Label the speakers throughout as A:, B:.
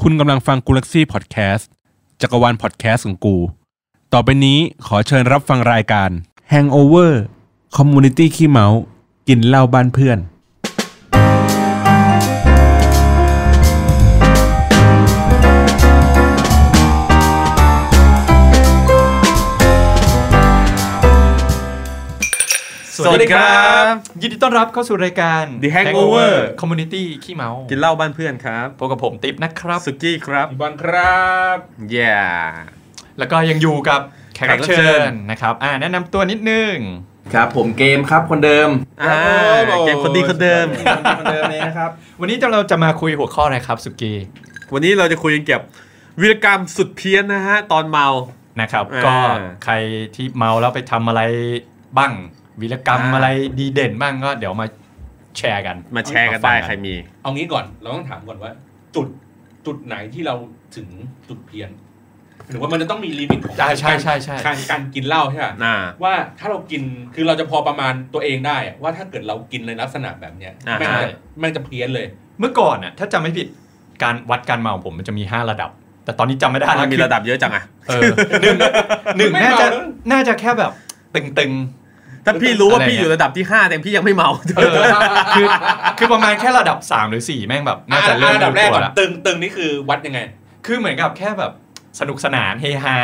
A: คุณกำลังฟังกูลักซี่พอดแคสต์จักรวาลพอดแคสต์ของกู ต่อไปนี้ขอเชิญรับฟังรายการ Hangover Community ขี้เมา กินเหล้าบ้านเพื่อน
B: สวัสดีครับ ยินดีต้อนรับเข้าสู่รายการ
C: The Hangover
B: Community ขี้เมา
C: กินเหล้าบ้านเพื่อนครับ
B: พบกับผมติ๊บนะครับ
C: สุกี้ครับ
A: บางครับ
C: แย่
B: แล้วก็ยังอยู่กับแขกรับเชิญนะครับอ่าแนะนำตัวนิดนึง
D: ครับผมเกมครับคนเดิม
C: อ่าเกมคนดีคนเดิม
D: คนเดิมเองนะครับ
B: วันนี้เราจะมาคุยหัวข้ออะไรครับสุกี้
C: วันนี้เราจะคุยกันเกี่ยวกับวีรกรรมสุดเพี้ยนนะฮะ ตอนเมา
B: นะครับ
C: อ่า
B: ก็ใครที่เมาแล้วไปทำอะไรบ้างวีรกรรมอะไรดีเด่นบ้างก็เดี๋ยวมาแชร์กัน
C: มาแชร์กันได้
B: มา
C: ใคร
B: ฟัง
C: มี
A: เอางี้ก่อนเราต้องถามก่อนว่า จุดจุดไหนที่เราถึงจุดเพี้ยนหรือว่ามันจะต้องมีลิมิตของ
B: อ่าใช่ใช่ใช่
A: การการกินเหล้าใช่ไหม
C: อ่า
A: ว่าถ้าเรากินคือเราจะพอประมาณตัวเองได้อะว่าถ้าเกิดเรากินในลักษณะแบบเนี้ย
C: อ่า
A: แม่งจะแม่งจะเพี้ยนเลย
B: เมื่อก่อนน่ะถ้าจำไม่ผิดการวัดการเมาของผมมันจะมี 5 ระดับ แต่ตอนนี้จำไม่ได้
C: มั
B: แล้ว
C: นมี
B: คือ
C: ระดับเยอะจังอะ
B: เออหนึ่งหนึ่งน่าจะน่าจะแค่แบบตึง
C: ถ้าพี่รู้ว่า
B: อะไร
C: พี่อ
B: เนี่ย
C: ยู่ระดับที่ 5 แต่พี่ยังไม่เมา
B: ๆเออคือคือประมาณแค่ระดับ 3 หรือ 4 แม่งแบบน่าจะ
A: อ่
B: เริ่ม
A: อันดับแรก
B: รู้
A: ก่อ
B: ตัวน ละ
A: ตึงตึงนี่คือวัดยังไง
B: คือเหมือนกับแค่แบบสนุกสนานเฮฮา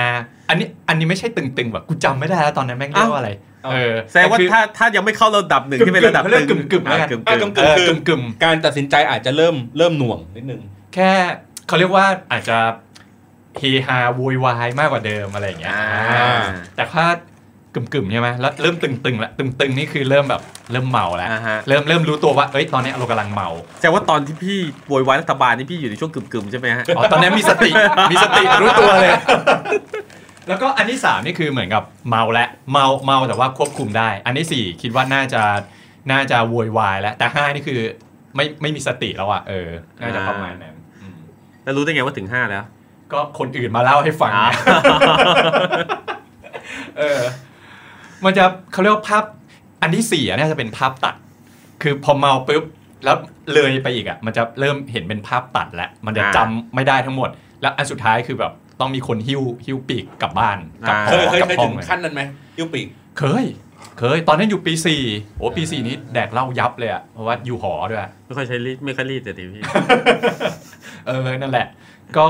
B: อันนี้อันนี้ไม่ใช่ตึงๆแบบกูจำไม่ได้แล้วตอนนั้นแม่งเรียกว่าอะไร
A: เอ้า
B: เออ
C: แสดงว่า
B: คือ
C: ถ้าถ้ายังไม่เข้าระดับหนึ่ง
B: กึ่มๆ
C: ที่เป็นระดับ
B: เขาเรียก
C: ตึง
B: กึ่มๆแล้วกัน
C: อ่ะกึ่ม
A: อ่ะ
C: ๆ
A: กึ่ม
B: เอ
A: ๆ
B: อ
A: คือก
B: ึ่ม
A: การตัดสินใจอาจจะเริ่มเริ่มหน่วงนิดนึง
B: แค่เขาเรียกว่าอาจจะเฮฮาโวยวายมากกว่าเดิมอะไรอย่างเงี้ย
C: อ่า
B: อ่าแต่ถ้ากึ่มๆใช่ไหมแล้วเริ่มตึงๆแล้วตึงๆนี่คือเริ่มแบบเริ่มเมาแล้ว
C: อ่าฮะ
B: เริ่มเริ่มรู้ตัวว่าเอ้ยตอนนี้เรากำลังเมา
C: แสดงว่าตอนที่พี่โวยวายรัฐบาลนี่พี่อยู่ในช่วงกึ่มๆใช่ไหมฮะ
B: อ๋อตอนนี้มีส ติ มีสติรู้ตัวเลย แล้วก็อันที่สามนี่คือเหมือนกับเมาและเมาเมาแต่ว่าควบคุมได้ อันที่สี่คิดว่าน่าจะน่าจะโวยวายแล้วแต่ห้านี่คือไม่ไม่มีสติแล้วอ่ะเออ น่าจะประมาณนั้นอืม
C: แล้วรู้ได้ไงว่าถึง 5 แล้ว
B: ก็คนอื่นมาเล่าให้ฟัง
C: อ่า
B: เออ มันจะเขาเรียกว่าภาพ อันที่สี่อะน่าจะเป็นภาพตัด คือพอเมาปุ๊บแล้วเลยไปอีกอ่ะ มันจะเริ่มเห็นเป็นภาพตัดแล้ว มันจะจำไม่ได้ทั้งหมด แล้วอันสุดท้ายคือแบบต้องมีคนหิ้วหิ้วปีกกลับบ้านกลับ
C: อ๋
B: ห
A: เค
C: อ
A: ย
B: อ
A: เคย
B: กลับ
A: เคย
B: ห้อ
A: ถึ
B: ง
A: ง
B: เลย
A: ขั้นนั้นไหมยิ้วปีก
B: เคย เคย ตอนนั้นอยู่ปีสี่โอ้ปีสี่นี้แดกเหล้ายับเลยอ่ะเพราะว่าอยู่หอด้วยอะ
C: ไม่ค่อยใช้รีดไม่ค่อยรีดแต่ทีพี่
B: เออนั่นแหละ ก็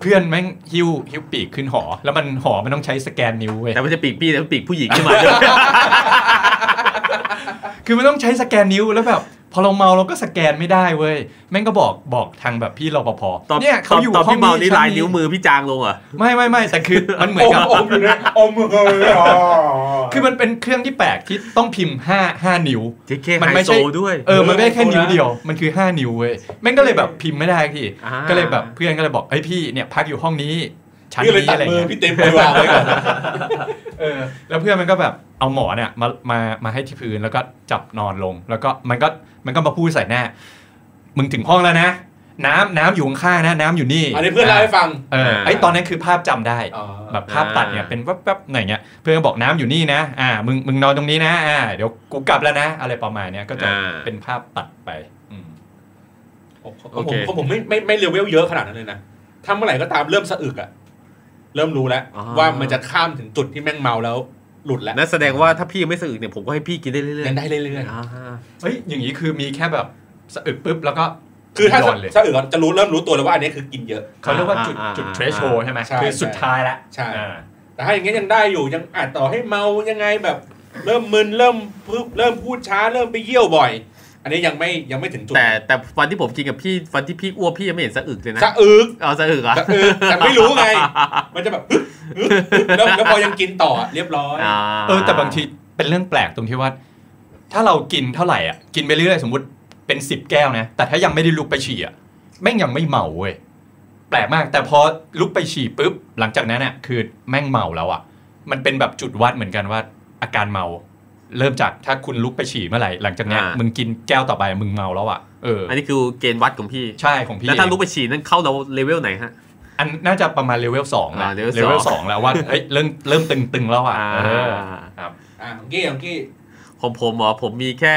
B: เพื่อนแม่งหิ้วหิ้วปีกขึ้นหอ แล้วมันหอมันต้องใช้สแกนนิ้วเว้ย
C: แต่ไม่ใช่ปีกพี่แต่เป็นปีกผู้หญิง ที่มาด้วย
B: คือมันต้องใช้สแกนนิ้วแล้วแบบพอเราเมาเราก็สแกนไม่ได้เว้ยแม่งก็บอกบอกทางแบบพี่รปภ
C: ตอน
B: เนี่ยเขาอยู่
C: ตอน
B: ห้อ
C: พี่
B: ง
C: เมานี่
B: ชั้
C: ลายนิ้วมือพี่จางลงเหรอ
B: ไม่ไม่ไม่แต่คือมันเหมือนกับ
A: อมเลย
B: คือมันเป็นเครื่องที่แปลกที่ต้องพิมพ์ห้าห้านิ้ว
C: เจเค
B: มั
C: ไฮ
B: นไม่
C: โซ
B: ใช่
C: ด้วย
B: เออมันไม่ได้แค่นิ้วเดียวมันคือ 5 นิ้วเว้ยแม่งก็เลยแบบพิมพ์ไม่ได้ที
C: อ่า
B: ก็เลยแบบเพื่อนก็เลยบอกเฮ้ยพี่เนี่ยพักอยู่ห้องนี้ชั้ น
A: พี่เลย
B: นี้
A: ตัด
B: อะไร
A: มือ
B: เงี้ย
A: พี่เต็มไป วางไว้ก่อน
B: เออแล้วเพื่อนมันก็แบบเอาหมอนเนี่ยมามามาให้ที่พื้นแล้วก็จับนอนลง แล้วก็มันก็มันก็มาพูดใส่หน้ามึงถึงห้องแล้วนะ น้ำน้ำอยู่ข้างๆนะน้ำอยู่นี่
A: อันนี้เพื่อนเล่าให้ฟัง
B: เออไอ้ตอนนั้นคือภาพจำได้
A: อ๋อ
B: แบบภาพตัดเนี่ยเป็นแวบๆหน่อยเงี้ยเพื่อนก็บอกน้ำอยู่นี่นะอ่ามึงมึงนอนตรงนี้นะอ่าเดี๋ยวกูกลับแล้วนะ อะไรประมาณเนี้ยก็จะ
C: อ่า
B: เป็นภาพตัดไปอืม
A: ข
C: โอ
A: องผ
C: เค
A: มของผมไม่ไม่ไม่เลเวลเยอะขนาดนั้นเลยนะถ้าเมื่อไหร่ก็ตามเริ่มสะอึกอะเริ่มรู้แล้ว
C: อ๋อ
A: ว่ามันจะข้ามถึงจุดที่แม่งเมาแล้วหลุดแล้ว
C: นั่นแสดงว่าถ้าพี่ยังไม่สะอึกเนี่ยผมก็ให้พี่กินได้เรื่อย
A: ยัง
C: ๆ
A: ได้เรื่อยๆ
C: อ่าฮะ
B: เฮ้ย อย่างนี้คือมีแค่แบบสะอึกปุ๊บ แล้วก็
A: คือถ้า
B: โยนเลย
A: สะอึกอะจะรู้เริ่มรู้ตัวเลยว่าอันนี้คือกินเยอะ
B: เขาเรียกว่าจุดจุดเทรชโชใช่ไหม
A: ใช่
B: คือสุดท้ายละ
A: ใช่
B: อ่า
A: แต่ถ้าอย่างงี้ยังได้อยู่ยังอาจต่อให้เมายังไงแบบ เริ่มมึนเริ่มพึบเริ่มพูดช้าเริ่มไปเยี่ยวบ่อย อันนี้ยังไม่ยังไม่ถึงจุด
C: แต่แต่วันที่ผมกินกับพี่วันที่พี่อ้วกพี่ยังไม่เห็นสะอึกเลยนะ
A: สะอึก
C: เอาสะอึกเหรอ่ะ
A: สะอึกแต่ไม่รู้ไง มันจะแบบฮึบฮึบฮึบแล้วแล้วพอยังกินต่อเรียบร้อย
B: เออ แต่บางทีเป็นเรื่องแปลกตรงที่ว่า ถ้าเรากินเท่าไหร่อ่ะ กินไปเรื่อยสมมติเป็น 10 แก้วนะ แต่ถ้ายังไม่ได้ลุกไปฉี่อ่ะแม่งยังไม่เมาเว้ย แปลกมาก แต่พอลุกไปฉี่ปุ๊บ หลังจากนั้นอ่ะคือแม่งเมาแล้วอ่ะ มันเป็นแบบจุดวัดเหมือนกันว่า อาการเมา เริ่มจากถ้าคุณลุกไปฉี่เมื่อไหร่หลังจากเนี้ย
C: อ่ามึ
B: มึงกินแก้วต่อไปมึงเมาแล้วอ่ะเออ
C: อันนี้คือเกณฑ์วัดของพี่
B: ใช่ของพี่
C: แล้วถ้า
B: เอง
C: รู้ไปฉี่นั่นเข้าเราเลเวลไหนฮะ
B: อันน่าจะประมาณเลเวลสองนะ
C: อ่า level
B: เลเวลสองแล้วว่าเฮ้ยเริ่มเริ่มตึงๆแล้วอ่ะเออครับ
A: อ่ะของกี้ของกี้
C: ของผมเหรอผมมีแค่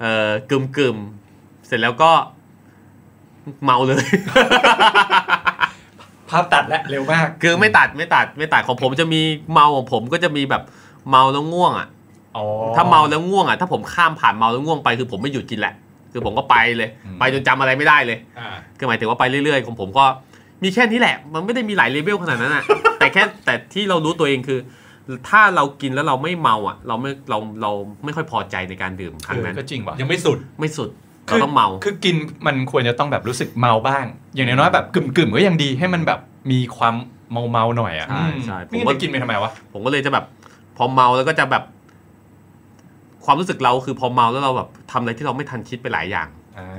C: เอ่อกึ่มกึ่มๆเสร็จแล้วก็ เมาเลย
B: ภาพตัดและเร็วมาก
C: คือไม่ตัดไม่ตัดไม่ตัดของผมจะมีเมาของผมก็จะมีแบบเมาแล้วง่วงอ่ะ
B: อ๋อ
C: ถ้าเมาแล้วง่วงอ่ะถ้าผมข้ามผ่านเมาแล้วง่วงไปคือผมไม่หยุดกินแหละ คือผมก็ไปเลย
B: อืม
C: ไปจนจำอะไรไม่ได้เลย
B: อ่า
C: คือหมายถึงว่าไปเรื่อยๆ ของผมก็มีแค่นี้แหละ มันไม่ได้มีหลายเลเวลขนาด นั้นอ่ะ แต่แค่แต่ที่เรารู้ตัวเองคือ ถ้าเรากินแล้วเราไม่เมาอ่ะ เราไม่เราเราไม่ค่อยพอใจในการดื่มครั้งนั้น
B: เออก็จริงว่ะ
E: ยังไม่สุด
C: ไม่สุด
B: คื
C: เราต้องเมา
B: คือกินมันควรจะต้องแบบรู้สึกเมาบ้าง อย่างน้อยๆแบบกึ่มๆก็ยังดีให้มันแบบมีความเมาเมาๆหน่อยอ่ะ
C: ใช่ใช่
B: ผม
C: ผมว่า
B: ว่ากินไปทำไมวะ
C: ผมก็เลยจะแบบ พอเมาแล้วก็จะแบบ ความรู้สึกเราคือพอเมาแล้วเราแบบทำอะไรที่เราไม่ทันคิดไปหลายอย่าง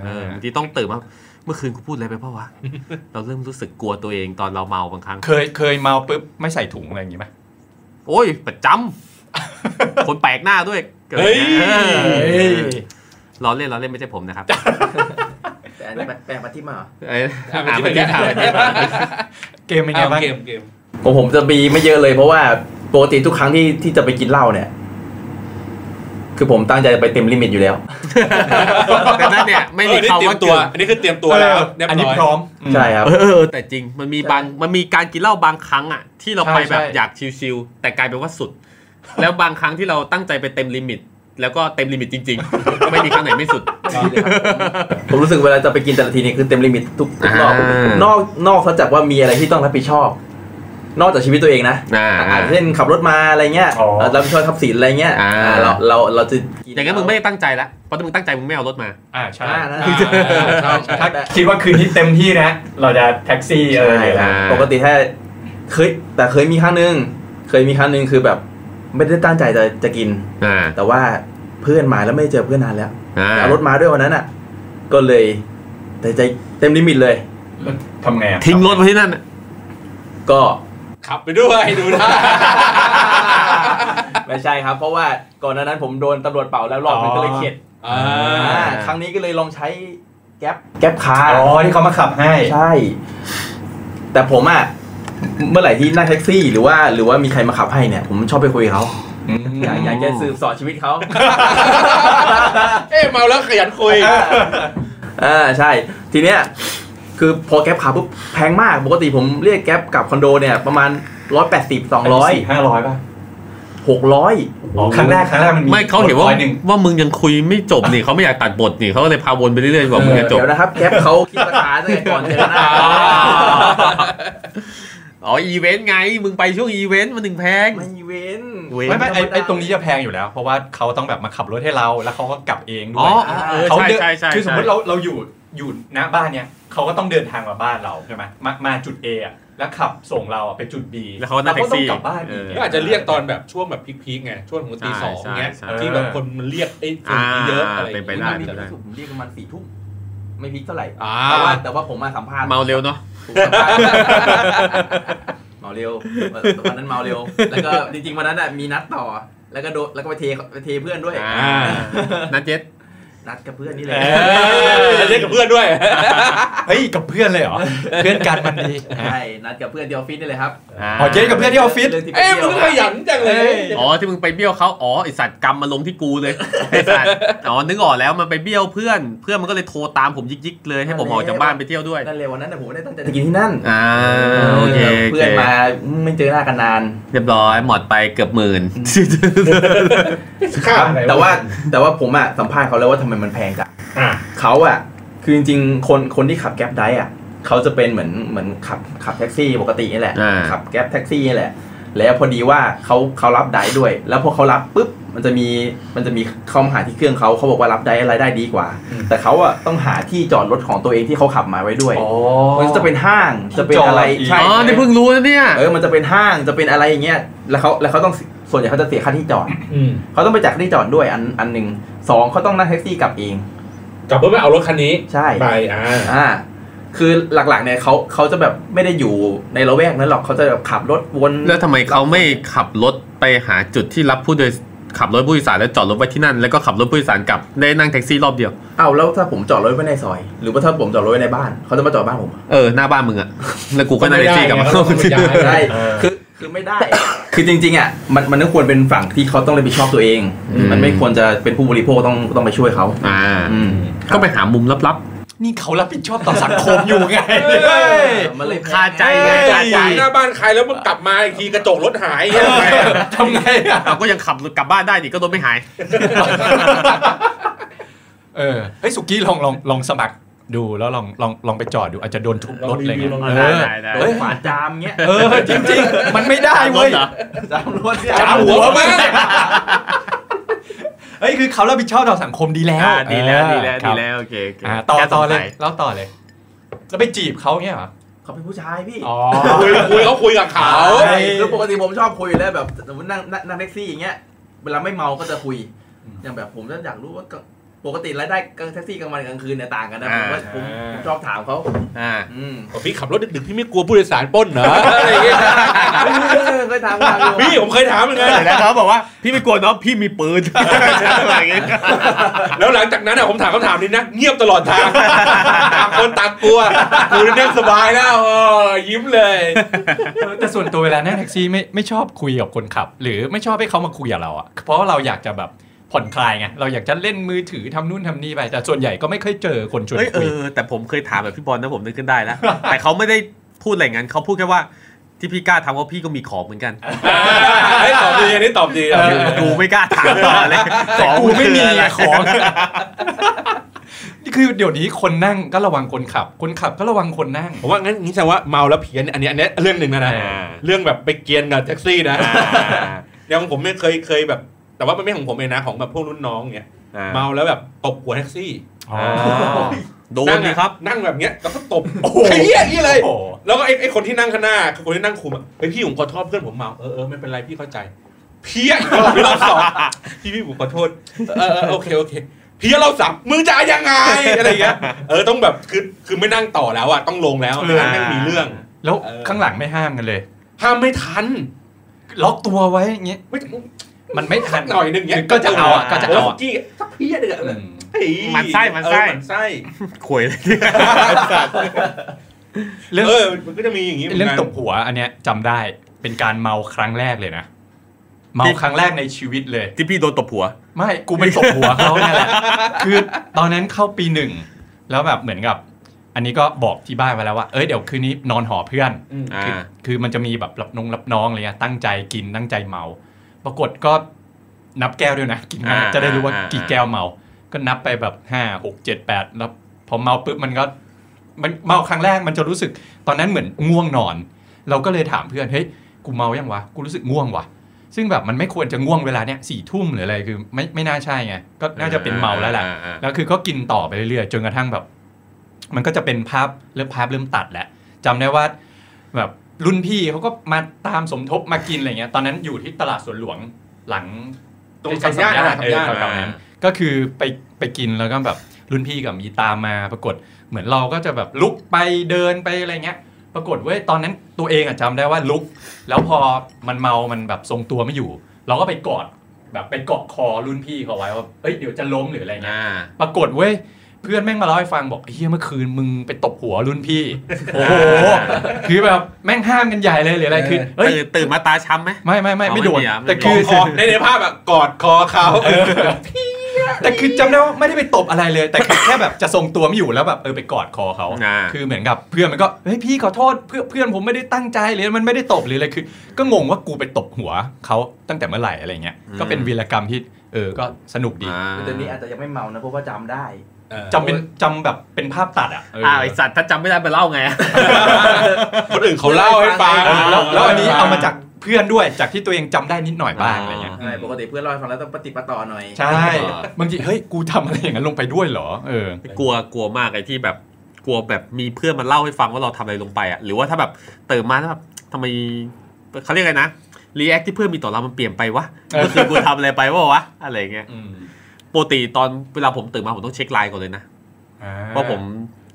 C: เออบางทีต้องตื่นมาเมื่อคืนกูพูดอะไรไปเปล่าวะ เราเริ่มรู้สึกกลัวตัวเองตอนเราเมาบางครั้ง
B: เคยเคยเมาปุ๊บไม่ใส่ถุงอะไรอย่างงี้ไหม
C: โอ้ยประจำ คนแปลกหน้าด้วยกิด
E: เฮ้ย
C: เออ
B: เอ้ย
C: ล้อเล่นล้อเล่นไม่ใช่ผมนะครับ
D: แต่อันนี้แปลงมาที่มา
C: เอ้ยอ่าไปที่ทาง
B: เกมเป็นไงบ้าง
E: เกมเกม
F: ผมผมจะมีไม่เยอะเลยเพราะว่าปกติทุกครั้งที่ที่จะไปกินเหล้าเนี่ย คือผมตั้งใจจะไปเต็มลิมิตอยู่แล้ว
C: แต่นั่นเนี่ยไม่มี
E: เตรี
C: คำ
E: ย
C: ว่าม
E: ตัวอั
C: เกิน
E: นนี้คือเตรียมตัวแล้วเรียบ
B: อัน
E: ร้
B: นี้
E: อย
B: พร้อม
F: ใช่ครับ
C: เออ แต่จริงมันมีบางมันมีการกินเหล้าบางครั้งอ่ะ ที่เราไป
B: ใช่
C: แบบ
B: ใช่
C: อยากชิลๆแต่กลายเป็นว่าสุด แล้วบางครั้งที่เราตั้งใจไปเต็มลิมิต แล้วก็เต็มลิมิตจริง ๆ ไม่มีครั้งไหนไม่สุด
F: ผมรู้สึกเวลาจะไปกินแต่ละทีเนี่ยคือเต็มลิมิตทุกทุกรอบ
C: อ่าน
F: อกนอกจากว่ามีอะไรที่ต้องรับผิดชอบ นอกจากชีวิตตัวเองนะ
C: อ่า
F: อ่าเช่นขับรถมาอะไรเงี้ย
B: อ๋อ
F: เอ่อรับผิดชอบทรัพย์สินอะไรเงี้ย
C: อ่า
F: อ่าเราเราเราจะกิ
C: อย่างนั้นมึงไม่ได้ตั้งใจละเพราะถ้ามึงตั้งใจมึงไม่เอารถมา
B: อ่าใช่
F: อ่านะ
B: อ่า
F: ใช่ใช่
B: ถ้า
F: แต่
B: คิดว่าคืนนี้เต็มที่นะ เราจะแท็กซี่เออ
F: ใช่
C: อ่า
F: ปกติแค่เคยแต่เคยมีครั้งหนึ่งเคยมีครั้งหนึ่งคือแบบ ไม่ได้ตั้งใจจะจะกิน
C: อ่า
F: แต่ว่าเพื่อนมาแล้วไม่ได้เจอเพื่อนนานแล้ว
C: อ่า
F: เอารถมาด้วยวันนั้นอ่ะ ก็เลยแต่ใจเต็มลิมิตเลย
B: ทำไงอะ
C: ทิ้งรถไว้ที่นั่นน่ะ
F: ก็
E: ขับไปด้วยดูนะ
F: ไม่ใช่ครับ เพราะว่าก่อนหน้านั้นผมโดนตำรวจเป่าแล้วรอบหนึงก็เลยเข็ด
E: อ่า
F: าครั้งนี้ก็เลยลองใช้แก๊ปแก๊ปคา
B: อ๋
F: ร์
B: อที่เขามาขับให้
F: ใช่ แต่ผมอะเมื่อไหร่ที่นั่งแท็กซี่หรือว่า หรือว่ามีใครมาขับให้เนี่ย ผมชอบไปคุยกับเขาอยากอยากจะสืบสอนชีวิตเขา
E: เอ๊ะเมาแล้วขยันคุย
F: อ่าใช่ ทีเนี้ยคือพอแก๊ปขาปุ๊บแพงมาก ปกติผมเรียกแก๊ปกลับคอนโดเนี่ย ประมาณร้อยแปดสิบสองร้อย
B: ห้าร้อยป่ะ
F: หกร้อย
B: ครั้งแรกครั้งแรกมันมี
C: ไม่เขาเห็นว่า
B: ร้อยหนึ่ง
C: ว่ามึงยังคุยไม่จบนี่เขาไม่อยากตัดบทนี่เขาก็เลยพาวนไปเรื่อยๆกว่ามึง
F: เดี๋
C: จะจบ
F: ยวนะครับ แก๊ปเขาคิดราคาตั้งแต่ก่อนเจอหน้า
C: อ๋ออ๋ออีเวนต์ไงมึงไปช่วงอีเวนต์มันถึงแพง
F: ไม่เว้น
C: เว้ย
B: ไม่ไม่ไอ้ไอ้ตรงนี้จะแพงอยู่แล้ว เพราะว่าเขาต้องแบบมาขับรถให้เราแล้วเขาก็กลับเองด้
C: อ๋
B: ว
C: อย อ๋อเออ
B: เขา
C: ใช่
B: เดิน
C: ใช่ใช่
B: คือสมมติเราเราอยู่อยู่หน้าบ้านเนี่ยเขาก็ต้องเดินทางมาบ้านเราใช่ไหมมามาจุด A อ่ะแล้วขับส่งเราอะไปจุด B
C: แล้วเขาก็นั่งแท็กซี่
B: เราก็ต้องกลับบ้านอีก
C: เ
A: ก็อาจจะเรียกตอนแบบช่วงแบบพีคๆไงช่วงหัวตีสอง
C: ใช่
A: เงี้ย
C: ใช่
A: ที่แบบคนมันเรียกไอ้ฝุ่นเยอะอะไรอย่าง
C: เป็นไปได้
A: เงี้ย
F: ผมเรียกประมาณสี่ทุ่มไม่พีคเท่าไหร่
A: อ่า
F: แต่ว่าแต่ว่าผมมาสัมภาษณ์
C: เมาเร็วเนาะ
F: ผมสัมภาษณ์เมาเร็วเออวันนั้นเมาเร็ว แล้วก็จริงๆวันนั้นน่ะมีนัดต่อ แล้วก็โดนแล้วก็ไปเทไปเทเพื่อนด้วย
C: อ่านัดเจ็ด
F: นัดกับเพื่อนนี่แหละ
A: เรียกกับเพื่อนด้วย
B: เฮ้ยกับเพื่อนเลยเหรอ เพื่อนกันมันดี
F: ใช่นัดกับเพื่อนที่ออฟฟิศนี่แหละครับ
C: า
B: อ๋อเจ๊กับเพื่อนที่ออฟฟิศ
F: รื่องที่ไป
A: เอ้ย
F: ที่
A: มึ
F: ว
A: งขยันจังเลย
C: อ๋อที่มึงไปเบี้ยวเขาอ๋อไอสัตว์กรรมมาลงที่กูเลยไอสัตว์อ๋อนึกออกแล้วมันไปเบี้ยวเพื่อน เพื่อนมันก็เลยโทรตามผมยิกๆเลยให้ผมออกจากบ้านไปเที่ยวด้วย
F: นั่นเลยวันนั้นน่ะผมไม่ได้ตั้งใจจะกินที่นั่น
C: อ่าโอเคโค
F: เพื่อนมาไม่เจอหน้ากันนาน
C: เรียบร้อยหมดไปเกือบหมื่น
F: ครับแต่ว่าแต่ว่าผมอะสัมภาษณ์เขาแล้วว่าทำไมมันแพงจัง
B: อ่ะ
F: เขาอะคือจริงๆคนคนที่ขับแก๊ปได้อะเขาจะเป็นเหมือนเหมือนขับขับแท็กซี่ปกตินี่แหละ
C: อ่า
F: ขับแก๊ปแท็กซี่นี่แหละ แล้วพอดีว่าเขาเขารับได้ด้วย แล้วพอเขารับปุ๊บมันจะมีมันจะมีเข้ามาหาที่เครื่องเขาเขาบอกว่ารับได้รายได้ดีกว่า แต่เขาอะต้องหาที่จอดรถของตัวเองที่เขาขับมาไว้ด้วยมันจะเป็นห้างจะเป็นอะไร
B: ที่จอดอีก
F: ใช่
C: อ๋อนี่เพิ่งรู้นะเนี่ย
F: เออมันจะเป็นห้างจะเป็นอะไรอย่างเงี้ยแล้วเขาแล้วเขาต้องส่วนใหญ่เขาจะเสียค่าที่จอด เขาต้องไปจากที่จอดด้วยอันอันหนึ่งสองเขาต้องนั่งแท็กซี่กลับเอง
A: กลับเพื่อนไม่เอารถคันนี้
F: ใช่
A: ไปอ่า
F: อ่าคือหลักๆเนี่ยเขาเขาจะแบบไม่ได้อยู่ในละแวกนั้นหรอกเขาจะแบบขับรถวน
C: แล้วทำไมเขาไม่ขับรถไปหาจุดที่รับผู้โดยขับรถผู้โดยสารแล้วจอดรถไว้ที่นั่น แล้วก็ขับรถผู้โดยสารกลับได้นั่งแท็กซี่รอบเดียว
F: เอาแล้วถ้าผมจอดรถไว้ในซอย หรือว่าถ้าผมจอดรถไว้ในบ้าน เขาจะมาจอดบ้านผม
C: เออ หน้าบ้านมึงอะแล้วกูก็นั่งแท็กซี่กลับมา
A: ไม่ได้ไงเขาต้องย้าย
F: ใช่คือคือไม่ได้ คือจริงๆอ่ะมันมันต้องควรเป็นฝั่งที่เขาต้องรับผิดชอบตัวเอง
C: อืม
F: มันไม่ควรจะเป็นผู้บริโภคต้องต้องไปช่วยเขา
C: อ่า
F: อืม
C: ก็ไปหามุมลับ
B: นี่เขารับผิดชอบต่อสังคมอยู่ไง
D: มันเลย
C: คาใจไง
B: เอ้ย
C: คาใจ
A: หน้าบ้านใครแล้วมึงกลับมาอีกทีกระจกรถหายเหี้ยทำไงอะ
B: ทำไงอ่ะ
C: เราก็ยังขับรถกลับบ้านได้นี่ก็รถไม่หาย
B: เออเฮ้ยสุกี้ลองลองลองสมัครดูแล้วลองลองลองไปจอดดูอาจจะโดนทุบรถอะไรเงี้ย
A: ลองรีวิวลอง
B: เออ
C: ได้ได้
B: เฮ้ย
F: ฝาจามเงี้ย
B: เออจริง ๆ มันไม่ได้เว้ย
C: รถเหรอ
F: จามรถเนี่ย
B: จามหัวมั้งเฮ้ยคือเขารับผิดชอบต่อสังคมดีแล้ว
C: อ่าดีแล้วดีแล้ว
B: ค
C: ดี
B: รับ
C: แล้วโอเคโเค
B: อ่าต่อ
C: แก้ส
B: ต่อง เล
C: สั
B: ยแล้วต่อเลยแล้วไปจีบเขาเงี้ยเหรอ
F: เขาเป็นผู้ชายพี่
B: อ๋อ
A: คุยคุยเขาคุยกับเขา
B: ใช่
F: คือปกติผมชอบคุยแล้วแบบสมมตินั่งนั่งนั่งแท็กซี่อย่างเงี้ย เวลาไม่เมาก็จะคุย
B: อืม
F: อย่างแบบผมจะอยากรู้ว่าปกติรายได้กลางแท็กซี่กลางวันกลางคืนเนี่ยต่างกันนะผมว่าผม
B: อ่า
F: ชอบถามเขา
C: อ่า
F: อืม
A: พี่ขับรถดึกๆพี่ไม่กลัวผู้โดยสารปล้นเหรออะไรเงี้ย
F: เคยถาม ว่าอยู่
A: พี่ผมเคยถามเหมือนกัน
C: แล้วเขาบอกว่าพี่ไม่กลัว น้องพี่มีปืนอะไรอย่างเงี้ย
A: แล้วหลังจากนั้นอะผมถามคำถามนี้นะเงียบตลอดทางต่างคนต่างกลัวกูนี่นั่งสบายแล้วเออยิ้มเลย
B: แต่ส่วนตัวเวลานั่งแท็กซี่ไม่ไม่ชอบคุยกับคนขับ หรือไม่ชอบให้เขามาคุยกับเราอ่ะเพราะว่าเราอยากจะแบบผ่อนคลายไงเราอยากจะเล่นมือถือทำนู่นทำนี่ไปแต่ส่วนใหญ่ก็ไม่ค่อยเจอคนชวน
C: เฮ้ยเอ
B: คุย
C: อแต่ผมเคยถามแบบพี่บอลนะผมนึกขึ้นได้แล้ว แต่เขาไม่ได้พูดอะไรงั้นเขาพูดแค่ว่าที่พี่กล้าทำเพราะพี่ก็มีของเหมือนกัน
A: อ่าเฮ้ยตอบดีอันนี้ตอบดีตอบดี
C: กูไม่กล้าถามต่อเลย
B: แต่กูไม่มี
C: คืะร
B: ของ นี่คือเดี๋ยวนี้คนนั่งก็ระวังคนขับ คนขับก็ระวังคนนั่ง
A: ผมว่างั้นงี้แสดงว่าเมาแล้วเพี้ยนอันนี้อันนี้เรื่องหนึ่งนะนะ
C: อ่า
A: เรื่องแบบไปเกรียนกับแท็กซี่นะ
C: อ่า
A: อย่างของผมไม่ยเคยเคยแบบ แต่ว่ามันไม่ของผมเองนะของแบบพวกรุ่นน้องเนี่ย
C: อ่า
A: เมาแล้วแบบตบหัวแท็กซี่
C: อ๋อโดน
A: ง
C: ดี
A: อะ
C: ครับ
A: นั่งแบบเนี้ยแล้วก็ตบโอ้โหไอ้เหี้ยอย่างนี่เลย
B: โอ้โห
A: แล้วก็ไอ้ไอ้คนที่นั่งข้างหน้าคือคนที่นั่งคุมอะเฮ้ยพี่ผมขอโทษเพื่อนผมเมาเออเออไม่เป็นไรพี่เข้าใจ เพี้ยอีกรอบรอบสอง พี่พี่ผมขอโทษเออเออโอเคโอเค เพี้ยรอบสามมึงจะเอายังไงอะไรอย่างเงี้ยเออต้องแบบคือคือไม่นั่งต่อแล้วอะต้องลงแล้วไม่งั้นแม่งมีเรื่อง
B: แล้ว
A: เออ
B: ข้างหลังไม่ห้ามกันเลย
A: ห้ามไม่ทัน
B: ล็อกตัวไว้อย่างเงี้ย
A: ไม่
B: มันไม่ทัน
A: หน่อยหนึ่งเนี้ย
B: ก็จะเอาอะก็จะเอาอะ
A: โยกี้สักเพี้ยเดือด
B: อืม
C: มันไส้มันไส้
A: มันไส้
C: ควยเลยเนี่ย
B: เรื่อง
A: เออมันก็จะมีอย่างนี้หมืน
B: เรื่อง
A: กัน
B: ตบหัวอันเนี้ยจำได้เป็นการเมาครั้งแรกเลยนะเมาครั้งแรกในชีวิตเลย
C: ที่พี่โดนตบหัว
B: ไม่กูไปตบหัวเขาเนี่ยแหละ คือตอนนั้นเข้าปีหนึ่งแล้วแบบเหมือนกับ อันนี้ก็บอกที่บ้านไปแล้วว่าเอ้ยเดี๋ยวคืนนี้นอนหอเพื่อน
A: อืม
C: อ่า
B: คือคือมันจะมีแบบรับนงรับน้องอะไรเงี้ยตั้งใจกินตั้งใจเมา ปรากฏก็นับแก้วด้วยนะ กินนะ
C: อ่า
B: จะได้รู้ว่า
C: อ่า
B: กี่แก้วเมา ก็นับไปแบบห้าหกเจ็ดแปดแล้วพอเมาปุ๊บมันก็มันเมาครั้งแรกมันจะรู้สึก ตอนนั้นเหมือนง่วงนอน เราก็เลยถามเพื่อนเฮ้ยกูเมายังวะกูรู้สึกง่วงวะซึ่งแบบมันไม่ควรจะง่วงเวลาเนี้ยสี่ทุ่มหรืออะไรคือไม่ไม่น่าใช่ไงก็น่าจะเป็นเมาแล้วแหละ
C: อ่าอ่า
B: แล้วคือก็กินต่อไปเรื่อยๆจนกระทั่งแบบ มันก็จะเป็นภาพเริ่มภาพเริ่มตัดแหละจำได้ว่า แบบรุ่นพี่เขาก็มาตามสมทบมากินอะไรเงี้ย ตอนนั้นอยู่ที่ตลาดสวนหลวงหลัง
A: ตรงสัญญาณ
B: เออ
A: สัญญาณ
B: แถวๆนั้นก็คือไปไปกินแล้วก็แบบรุ่นพี่กับมีตามมาปรากฏเหมือนเราก็จะแบบลุกไปเดินไปอะไรเงี้ย ปรากฏเว้ยตอนนั้นตัวเองอะจำได้ว่าลุก แล้วพอมันเมามันแบบทรงตัวไม่อยู่ เราก็ไปกอดแบบไปเกาะคอรุ่นพี่เขาไว้ว่าเอ้ยเดี๋ยวจะล้มหรืออะไรเงี้ย
C: อ่า
B: ปรากฏเว้ยเพื่อนแม่งมาเล่าให้ฟังบอกเฮียเมื่อคืนมึงไปตบหัวรุ่นพี่ โอ้โหคือแบบแม่งห้ามกันใหญ่เลยหรืออะไรคือเฮ้ย
C: ตื่นตื่นมาตาช้ำไหม
B: ไม่ไม่ไม่ไม่โดน
C: ไม่มีอ่ะไม่มี
B: แต่
A: ก
B: คือ
A: อดคอในในภาพอะกอดคอเขา
B: แต่คือจำได้ว่าไม่ได้ไปตบอะไรเลย แต่คือแค่ แบบจะทรงตัวไม่อยู่แล้วแบบเออไปกอดคอเขา
C: อ่า
B: คือเหมือนกับเพื่อนมันก็เฮ้ยพี่ขอโทษเพื่อนเพื่อนผมไม่ได้ตั้งใจเลยมันไม่ได้ตบหรืออะไรคือ ก็งงว่ากูไปตบหัวเขาตั้งแต่เมื่อไหร่อะไรเงี้ยก็เป็นวีรกรรมที่เออก็สนุกดี
C: อ่า
F: คือตอนนี้อาจจะยังไม่เมานะเพราะว่าจำได้
B: จำเป็นจำแบบเป็นภาพตัดอ่ะเอออ
C: อ่าไอสัตว์ถ้าจำไม่ได้ไปเล่าไงอ่ะ
A: คนอื่นเขาเล่าให้ฟัง
B: เออแล้วแล้วอันนี้
A: ให้ฟัง
B: เอามาจากเพื่อนด้วยจากที่ตัวเองจำได้นิดหน่อยบ้างอะไรเงี้ย
F: ใช่ปกติเพื่อนเล่าให้ฟังแล้วต้องปฏิปต่อหน่อย
B: ใช่
C: อ๋อ
B: บางทีเฮ้ยกูทำอะไรอย่างนั้นลงไปด้วยเหรอเออก
C: ลัวกลัวมากไอที่แบบกลัวแบบมีเพื่อนมาเล่าให้ฟังว่าเราทำอะไรลงไปอ่ะหรือว่าถ้าแบบตื่นมาแล้วแบบทำไมเขาเรียกไงนะรีแอคที่เพื่อนมีต่อเรามันเปลี่ยนไปวะเมื่อคืนกูทำอะไรไปวะวะอะไรเงี้ยปกติตอนเวลาผมตื่นมาผมต้องเช็คไลน์ก่อนเลยนะว่าผม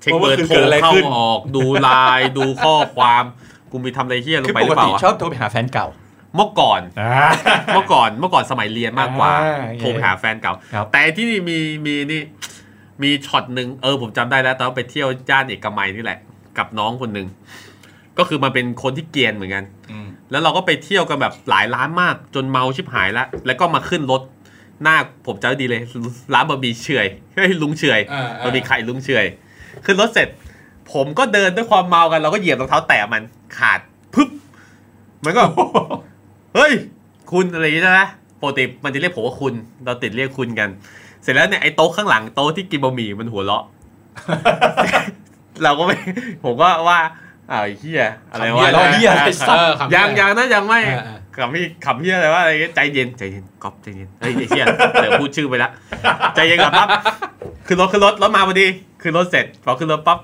C: เช็คเบอร์โทรเข้าออกดูไลน์ดูข้อความกูมีทำอะไรเฮี้ยลง
B: คือ
C: ไป
B: ป
C: ห
B: ก
C: รือเป
B: ติ
C: ล่าวะ
B: ชอบโทรไปหาแฟนเก่า
C: เมื่อก่อน เมื่อก่อนเมื่อก่อนสมัยเรียนมากกว่า
B: อ่าโอเค
C: โทรไปหาแฟนเก่า
B: ครับ
C: แต่ที่นี่มีมีนี่มีช็อตหนึ่งเออผมจำได้แล้วตอนไปเที่ยวย่านเอกมัยนี่แหละ กับน้องคนหนึ่งก็คือมันเป็นคนที่เกรียนเหมือนกัน แล้วเราก็ไปเที่ยวกันแบบหลายร้านมากจนเมาชิบหายแล้วแล้วก็มาขึ้นรถหน้าผมจำได้ดีเลย ร้านบะหมี่เฉอยเฮ้ยลุงเฉอย
A: อ่าอ่า
C: บะหมี่ไข่ลุงเฉอย ขึ้นรถเสร็จ ผมก็เดินด้วยความเมากัน เราก็เหยียบรองเท้าแตะมันขาดปึ๊บมัน ก็ เฮ้ย คุณอะไรอย่างเงี้ยใช่ไหมปกติมันจะเรียกผมว่าคุณ เราติดเรียกคุณกัน เสร็จแล้วเนี่ยไอ้โต๊ะข้างหลังโต๊ะที่กินบะหมี่มันหัวเราะ เราก็ไม่ ผมก็ว่าอ้าวไอ้เฮียอะไรวะ
B: ขำเหี้ยเราเหี้ยอะไรสัตว์
A: เออขำ
C: ยังยังนะยังไม่
A: เออเออ
C: ขำพี่ขำพี่อะไรว่าอะไรเงี้ยใจเย็นใจเย็นก๊อฟใจเย็นเฮ้ยไอ้เหี้ยเดี๋ยวพูดชื่อไปละใจเย็นก่อนปั๊บขึ้นรถขึ้นรถรถมาพอดีขึ้นรถเสร็จพอขึ้นรถปั๊บ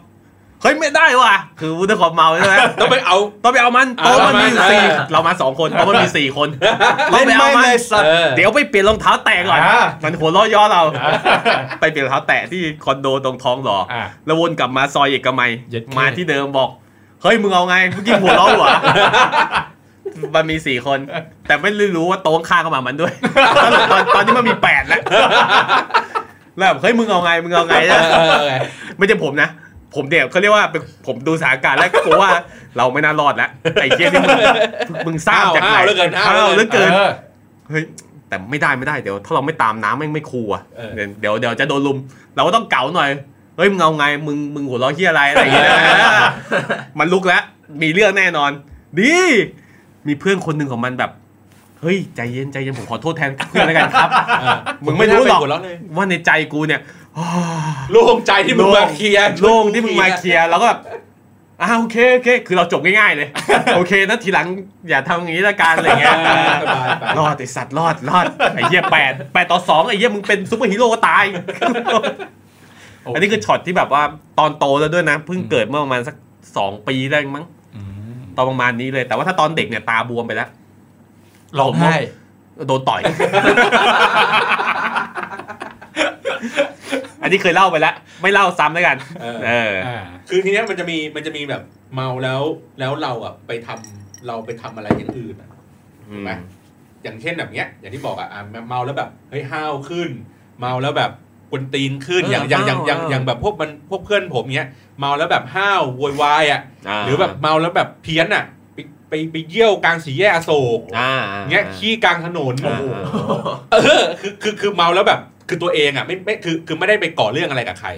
C: เฮ้ยไม่ได้ว่ะคือวุฒิความเมาใช่ไหม
A: ต้องไปเอา
C: ต้องไปเอามันโต๊ะมันมีอยู่สี่
A: เอามา
C: เรามาสองคนโต๊ะมันมีสี่คนต้อ
B: เล่
C: ง
B: น
C: ไปเอามัน
B: ไม่เลยสัตว์
A: เออ
C: เดี๋ยวไปเปลี่ยนรองเท้าแตะก่อน
B: อ่ามั
C: มันหัวล้อย่อเรา ไปเปลี่ยนรองเท้าแตะที่คอนโดตรงท้องหล่อ
B: อ่ะ
C: แล้ววนกลับมาซอยเอกมัย
B: เย็ดเข้
C: มาที่เดิมบอก เฮ้ย มึงเอาไงเมื่อกี้หัวเราะหัว มันมีสี่คน แต่ไม่รู้ว่าโต๊ะข้างเข้ามามันด้วย ตอนตอนตอนนี้มันมีแปดแล้วแล้วแบบเฮ้ยมึงเอาไงมึงเอาไง
A: เออเออไง
C: ไม่ใช่ผมนะ ผมเนี่ยเขาเรียกว่าเป็นผมดูสถานการณ์แล้วก็กลัวว่าเราไม่น่ารอดแล้วไอ้เหี้ยนี่มึงมึงสร้างจากไหน
A: อ้าวเหลือเกินอ้าว
C: เห
A: เหลื
C: ลื
A: อ
C: อ
A: เกิ
C: เกิ
A: น
C: น เฮ้ยแต่ไม่ได้ไม่ได้เดี๋ยวถ้าเราไม่ตามน้ำไม่งไม่คูลอ่ะ
A: เออ
C: เดี๋ยวเดี๋ยวเดี๋ยวจะโดนลุม เราก็ต้องเก๋าหน่อยเฮ้ยมึงเอาไงมึงมึงหัวเราะเฮียอะไรอะไรอย่างเงี้ย นะมันลุกแล้วมีเรื่องแน่นอน ดี มีเพื่อนคนหนึ่งของมันแบบ เฮ้ยใจเย็นใจเย็นผมขอโทษแทนเพื่อนแล้วกันครับ
A: เออ
C: มึงไม่รู้หรอก
A: วเาะเลย
C: ว่าในใจกูเนี่ยอ้าว
A: โล่งใจที่มึงมาเคลียร์
C: โล่งที่มึงมาเคลียร์แล้วก็แบบอ่าโอเคโอเค คือเราจบง่ายๆเลย โอเคนะทีหลังอย่าทำอย่างนี้ละกันอะไรเงี้ย
A: เออสบายไป
C: รอดไอสัตว์รอดรอดไอเหี้ยแปดแปดต่อสองไอเหี้ยมึงเป็นซูเปอร์ฮีโร่ก็ตาย อันนี้คือช็อตที่แบบว่าตอนโตแล้วด้วยนะ เพิ่งเกิดเมื่อประมาณสักสองปีได้มั้งตอนประมาณนี้เลย แต่ว่าถ้าตอนเด็กเนี่ยตาบวมไปแล้ว
B: ร้องไห้
C: โดนต่อย อันนี้เคยเล่าไปแล้ว ไม่เล่าซ้ำแล้วกัน
A: เออ
C: เออ
B: อ่า
A: คือทีเนี้ยมันจะมีมันจะมีแบบเมาแล้วแล้วเราอ่ะไปทำเราไปทำอะไรอย่างอื่นอะถูกไหมอย่างเช่นแบบเนี้ย อย่างที่บอกอ่ะอ่ะเมาแล้วแบบเฮ้ยห้าวขึ้น เมาแล้วแบบกวนตีนขึ้น
C: เออ
A: อย่างอย่างอย่างอย่าง
C: เออ
A: อย่างแบบพวกมันพวกเพื่อนผมเนี้ยเมาแล้วแบบห้าวโวยวายอ่ะ
C: อ่า
A: หรือแบบเมาแล้วแบบเพี้ยนอ่ะไปไปไปเยี่ยวกลางสีแยกอโศก
C: อ่า
A: เงี้ยขี้กลางถนน
C: อ่า
A: โอ้โหเออคือคือคือเมาแล้วแบบ คือตัวเองอ่ะไม่ไม่คือคือไม่ได้ไปก่อเรื่องอะไรกับใคร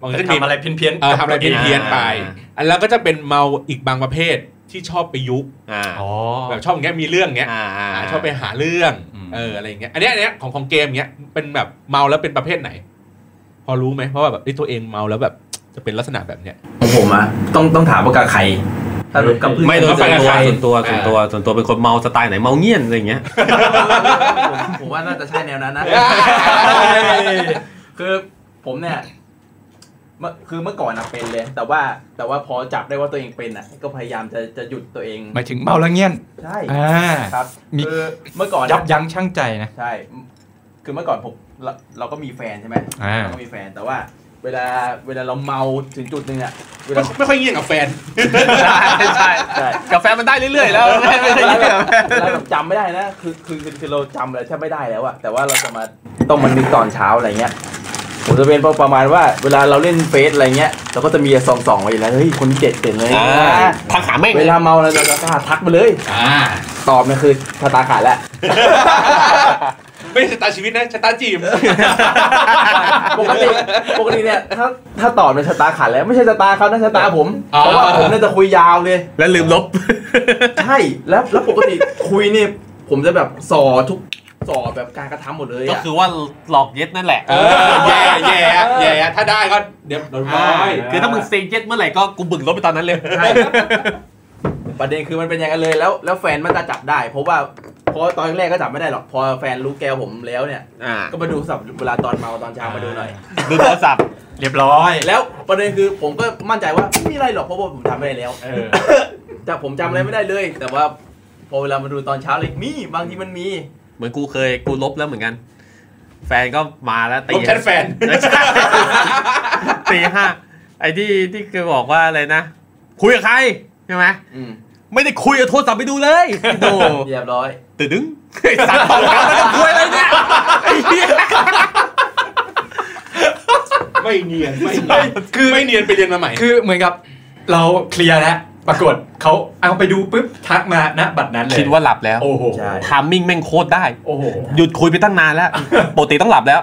A: มันก็
B: แต่
A: จะมี
B: ทำอะไรเพี้ยนเพี้ยน
A: เออทำอะไรเพี้ยนๆไป อันแล้วก็จะเป็นเมาอีกบางประเภทที่ชอบไปยุก
C: อ่า
B: อ๋อ
A: แบบชอบอย่างเงี้ยมีเรื่องเงี้ย
C: อ่าอ่า
A: อ่าชอบไปหาเรื่อง
B: อืม
A: เอออะไรอย่างเงี้ยอันเนี้ยอันเนี้ยของของเกมเงี้ยเป็นแบบเมาแล้วเป็นประเภทไหน พอรู้ไหมเพราะว่าแบบเอ้ยตัวเองเมาแล้วแบบจะเป็นลักษณะแบบเนี้ย
F: ของผมอะต้องต้องถามว่ากับใครถ้ากับเพื่อน
C: ไม่โดยส่วนตัว
F: ใคร
C: ส่วนตัวส่วนตัวส่วนตัวเป็นคนเมาสไตล์ไหนเมาเงียนอะไรอย่างเงี้ย
F: ผมผมว่าน่าจะใช่แนวนั้นนะ คือผมเนี่ยเมื่อคือเมื่อก่อนนะเป็นเลย แต่ว่าแต่ว่าพอจับได้ว่าตัวเองเป็นอ่ะ ก็พยายามจะจะหยุดตัวเอง
B: หมายถึงเมาแล้วเงี้ยน
F: ใช่
B: อ่า
F: ครับ
B: มี
F: คือเมื่อก่อน
B: ยับ
F: นะ
B: ยั้งชั่งใจนะ
F: ใช่ คือเมื่อก่อนผมเราเราก็มีแฟนใช่ไหม
B: อ่า
F: เราก็มีแฟนแต่ว่า เวลาเวลาเราเมาถึงจุดหนึ่งอ่ะเว
A: ไม่
F: ลา
A: ไม่ค่อยเงียบกับแฟน
C: ใช่ใช่
F: ใช่
C: กาแฟมันได้เรื่อยๆแล้วไม่ไม่ได้เรื่อย
F: เวลาแบบจำไม่ได้นะ คือคือคือคือเราจำอะไรแทบไม่ได้แล้วอะแต่ว่าเราจะมาต้องมันมีตอนเช้าอะไรเงี้ย ผมจะเป็นประมาณว่า เวลาเราเล่นเฟซอะไรเงี้ย เราก็จะมีสองสองไว้อยู่แล้ว เฮ้ย คนเจ็ดเจ็ดเลย
C: ๆอ่า
F: นะ
C: ทางหาแม่ง
F: เวลาเมาเราจะกล้าทักไปเลย
A: อ่า
F: ตอบเนี่ยคือชะตาขาดแล้ว
A: ไม่ใช่ชะตาชีวิตนะชะตาจีบ
F: ปกติปกติเนี่ย ถ้าถ้าตอบเนี่ยชะตาขาดแล้ว ไม่ใช่ชะตาเขานะชะตาผม
A: อ๋อ
F: เพราะว่าผมเนี่ยจะคุยยาวเลย
C: แล้วลืมลบ
F: ใช่ แล้วแล้วปกติคุยเนี่ยผมจะแบบสอทุกสอแบบการกระทำหมดเลย
C: ก็
F: อะ
C: คือว่าหลอกเย็ดนั่นแหละ
A: เออแย่แย่แย่ถ้าได้ก็เดี๋ยวโดนร้อย
F: า
C: คือถ้ามึงเซ็งเย็ดเมื่อไหร่ก็กูบึกลบไปตอนนั้นเลย
F: ใช่ครับประเด็นคือมันเป็นอย่างนั้นเลยแล้ว แล้วแฟนมันจะจับได้ เพราะว่าเพราะตอนแรกก็จับไม่ได้หรอก พอแฟนรู้แกวผมแล้วเนี่ย
C: อ่า
F: ก็มาดูสับเวลาตอนเมาตอนเช้ามาดูหน่อย
C: ดูโทรศัพท์
B: เรียบร้อย
F: แล้วประเด็นคือผมก็มั่นใจว่าไม่มีอะไรหรอกเพราะว่าผมจำไม่ได้แล้ว
B: เออ
F: แต่ผมจำอะไรไม่ได้เลย แต่ว่าพอเวลามาดูตอนเช้าเลยมีบางทีมันมี
C: เหมือนกูเคยกูลบแล้วเหมือนกัน แฟนก็มาแล้วตี
A: ลบแชทแฟน
C: ไม่ใช่ตีห้าไอ้ที่ที่เคยบอกว่าอะไรนะ คุยกับใครใช่ไหม
F: อืม
C: ไม่ได้คุยเอาโทรศัพท์ไปดูเลยโด
F: เรียบร้อย
C: ตื่นดึงไอ้สัตว์ตอบกลับมาแล้วคุยอะไรเนี่ยไอ้เหี้ย
A: ไม่เนียนไม่เนียนคือไม่เนียนไปเรียนมาใหม่
B: คือเหมือนกับเราเคลียร์แล้ว ปรากฏเขาเอาไปดูปุ๊บทักมาณบัตรนั้นเลย
C: คิดว่าหลับแล้ว
B: โอ้โห
F: ใช่
C: ทามมิ่งแม่งโคตรได้
B: โอ้โห
C: หยุดคุยไปตั้งนาน แล้วปกติต้องหลับแล้ว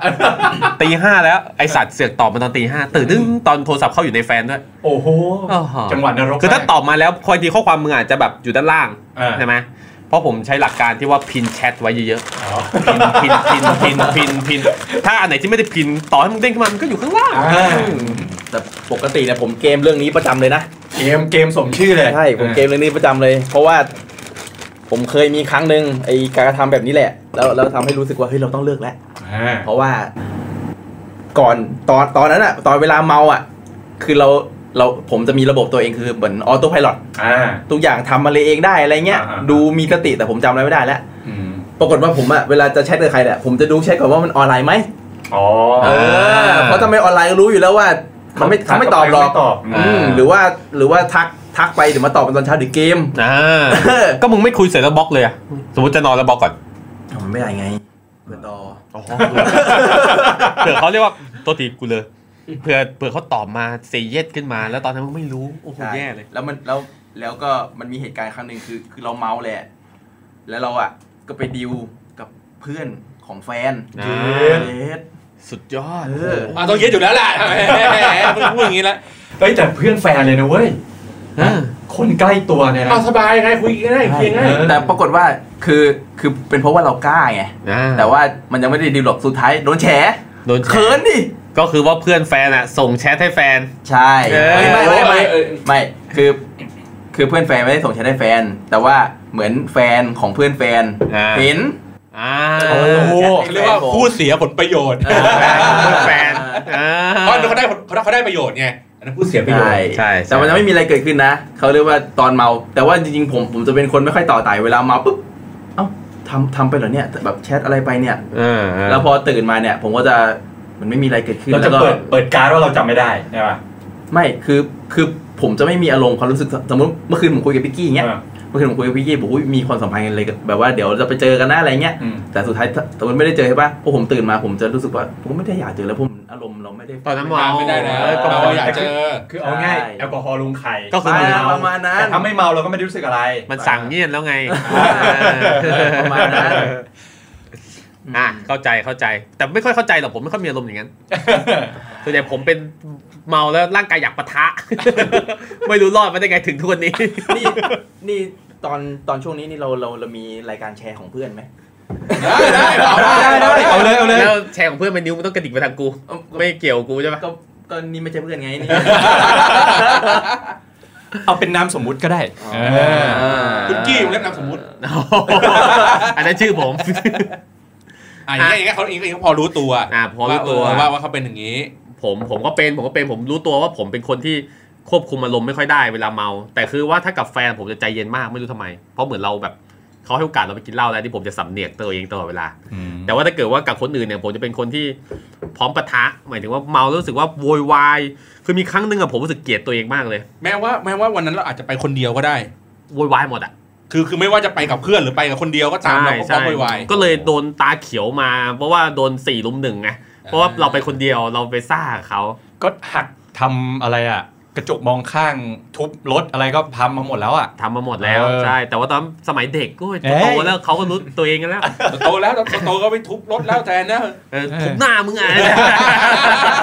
C: ตีห้าแล้วไอสัตว์เสือกตอบมาตอนตีห้าตื่นนึงตอนโทรศัพท์เข้าอยู่ในแฟนด้วย
B: โอ้โห
C: อ้าวฮะ
B: จังหวะนรก
C: คือถ้า
B: แม่
C: ตอบมาแล้วคอยทีข้อความมึงอาจจะแบบอยู่ด้านล่าง
B: อ่า
C: ใช่ไหมเพราะผมใช้หลักการที่ว่าพินแชทไว้เยอะ
B: อ๋อ
C: ๆพินพินพินพินพินถ้าอันไหนที่ไม่ได้พินต่อให้มึงเด้งขึ้นมามันก็อยู่ข้างล่าง
B: อ่า
F: แต่ปกติเนี่ยผมเกมเรื่องนี้ประจำเลยนะ
B: เกมเกมสมชื่อเลย
F: ใช่ ผมเกมเรื่องนี้ประจำเลย เพราะว่า ผมเคยมีครั้งหนึ่งไอ้การกระทำแบบนี้แหละ แล้วแล้วทำให้รู้สึกว่าเฮ้ยเราต้องเลิกแล้ว
B: อ่า
F: เพราะว่า ก่อนตอนตอนนั้นอะตอนเวลาเมาอะคือเราเราผมจะมีระบบตัวเองคือเหมือนออโต้พายโ
B: อ่า
F: ทุกอย่างทำมาเลยเองได้อะไรเงี้ย
B: อ่าๆ
F: ดูมีสติแต่ผมจำอะไรไม่ได้แล้ว
B: อืม
F: ปรากฏว่าผมอะเวลาจะแชทกับใครเนี่ยผมจะดูแชทก่อนว่ามันออนไลน์ไหม
B: อ๋อ
F: เออเพราะถ้าไม่ออนไลน์ก็รู้อยู่แล้วว่าเขาไม่เขาไม่ตอบหรอก
B: ไม่ตอบ
F: อืมหรือว่าหรือว่าทักทักไปเดี๋ยวมาตอบเป็นตอนเช้าเดี๋ยวเกม
C: อ่าก็มึงไม่คุยเสร็จแล้วบล็อกเลยอะสมมติจะนอนแล้วบล็อกก่อน
F: ทำไม่ได้ไงเปิดต่อ
C: เผื่อเขาเรียกว่าตัวตีกูเลยเผื่อเผื่อเขาตอบมาเซเยสขึ้นมา แล้วตอนนั้นมึงไม่รู้โอ้โห
F: ใช่
C: แย่เลย
F: แล้วมันแล้วแล้วก็มันมีเหตุการณ์ครั้งหนึ่งคือคือเราเมาแหละ แล้วเราอ่ะก็ไปดิวกับเพื่อนของแฟน
C: อ่า
F: เลส
C: สุดยอด
F: เออ
A: อ่ะต้องเย็ดอยู่แล้วแหละแหมมึงพูดอย่างนี้แล้ว
B: เอ้ยแต่เพื่อนแฟนเลยนะเว้ย
C: อ่า
B: คนใกล้ตัวเนี่ยนะ
A: เอาสบายไงคุยกันได้เคลียร์ง่าย
F: แต่ปรากฏว่าคือคือเป็นเพราะว่าเรากล้าไง
C: อ่
F: แต่ว่ามันยังไม่ได้ดิวหรอกสุดท้ายโดนแฉ
C: โดนแช
F: เขิ
C: ร์
F: นดิ
C: ก็คือว่าเพื่อนแฟนอะส่งแชทให้แฟน
F: ใช่
C: เออ
F: ไม่ไม่
A: เอ
F: ไม่
A: อเออ
F: ไม่คือคือเพื่อนแฟนไม่ได้ส่งแชทให้แฟน แต่ว่าเหมือนแฟนของเพื่อนแฟน
C: อ่า
F: เห็น
C: อ่า
F: โอ้
A: โอ้โหเขาเรียกว่าผู้เสียผลประโยชน์
C: แฟนอ่า
A: เพราะเขาได้เขาได้เขาได้ประโยชน์ไงอันนั้นผู้เสียประโยช
F: ใช่
A: น์
C: ใช่
F: แต่มันยังไม่มีอะไรเกิดขึ้นนะเขาเรียกว่าตอนเมา แต่ว่าจริงๆผมผมจะเป็นคนไม่ค่อยต่อไต่เวลาเมาปุ๊บเอ้าทำทำไปเหรอเนี่ยแบบแชทอะไรไปเนี่ย
C: อ่า
F: แล้วพอตื่นมาเนี่ย ผมก็จะมันไม่มีอะไรเกิดขึ้น
B: เรา
F: แล้
B: จะ
F: วก็
B: เปิดเปิดการ์ดว่าเราจำไม่ได้ใช่ป่ะ
F: ไม่คือคือผมจะไม่มีอารมณ์ความรู้สึกสมมติเมื่อคืนผมคุยกับพี่กี้อย่างเงี้ย
B: ออ
F: เมื่อคืนผมคุยกับพี่กี้บอกว่ามีความสัมพันธ์กันเลยแบบว่าเดี๋ยวจะไปเจอกันนะอะไรเงี้ย
B: อืม
F: แต่สุดท้ายแต่มันไม่ได้เจอใช่ปะพอผมตื่นมาผมจะรู้สึกว่าผมไม่ได้อยากเจอแล้วผมอารมณ์เราไม่ได้
C: ตอนนั้น
A: ตามไม่ได้นะเราอยากเจอ
B: คือเอาง่ายแอลกอฮอล์ลงไข่
C: ก็คือมัน
F: อ่าประมาณนั้น
B: แต่ถ้าไม่เมาเราก็ไม่ได้รู้สึกอะไร
C: มันสั่งเงียนแล้วไง
F: ประมาณนั้น
C: อ่ะเข้าใจเข้าใจ แต่ไม่ค่อยเข้าใจหรอกผมไม่ค่อยมีอารมณ์อย่างนั้นส่วนใหญ่ผมเป็นเมาแล้วร่างกายอยากปะทะ ไม่รู้รอดมาได้ไงถึงทุกวันนี้
F: นี่นี่ตอนตอนช่วงนี้นี่เราเราเรามีรายการแชร์ของเพื่อนไหม
A: ได้ได้เอาได้
B: ได้ได้ได้เอาเลยเอาเลย
C: แล้วแชร์ของเพื่อนมันนิ้วมันต้องกระดิกไปทางกู ไม่เกี่ยวกูใช่ปะ
F: ก็ก็นี่ไม่ใช่เพื่อนไง นี่
B: เอาเป็นนามสมมุติก็ได้
F: อ๋อ
B: เออ
A: คุณกี้ผมเล่นนามสมมุติ
C: อันนั้นชื่อผม
A: อ่ะอย่างเงี้ยอย่างเงี้ยเขาเองก็พอรู้ตัว
C: อ่ะพอรู้ตัว
A: าเออว่าว่าเขาเป็นอย่างนี้
C: ผมผมก็เป็นผมก็เป็นผมรู้ตัวว่าผมเป็นคนที่ควบคุมอารมณ์ไม่ค่อยได้เวลาเมา แต่คือว่าถ้ากับแฟนผมจะใจเย็นมากไม่รู้ทำไม เพราะเหมือนเราแบบเขาให้โอกาสเราไปกินเหล้าแล้วที่ผมจะสำเนียกตัวเองตลอดเวลา
B: อืม
C: แต่ว่าถ้าเกิดว่ากับคนอื่นเนี่ยผมจะเป็นคนที่พร้อมปะทะ หมายถึงว่าเมาแล้วรู้สึกว่าโวยวายคือมีครั้งหนึ่งอะผมรู้สึกเกลียดตัวเองมากเลย
A: แม้ว่าแม้ว่าวันนั้นเราอาจจะไปคนเดียวก็ได้
C: โวยวายหมดอะ
A: คือคือไม่ว่าจะไปกับเพื่อนหรือไปกับคนเดียวก็ตามเราก็พร้อมโวยวาย
C: ก็เลยโดนตาเขียวมา เพราะว่าโดนสี่ลุมหนึ่งไงเพราะว่าเราไปคนเดียวเราไปซ่ากับเขา
B: ก็หักทำอะไรอ่ะ กระจกมองข้างทุบรถอะไรก็ทำมาหมดแล้วอ่ะ
C: ทำมาหมดแล้ว
B: เออ
C: ใช่แต่ว่าตอนสมัยเด็กก็
B: เอ้ย
C: โตแล้วเขาก็รู้ตัวเองกันแล้ว
A: โตแล้วโตโตก็ไปทุบรถแล้วแทนนะ
C: เออทุบหน้ามึงอ่ะ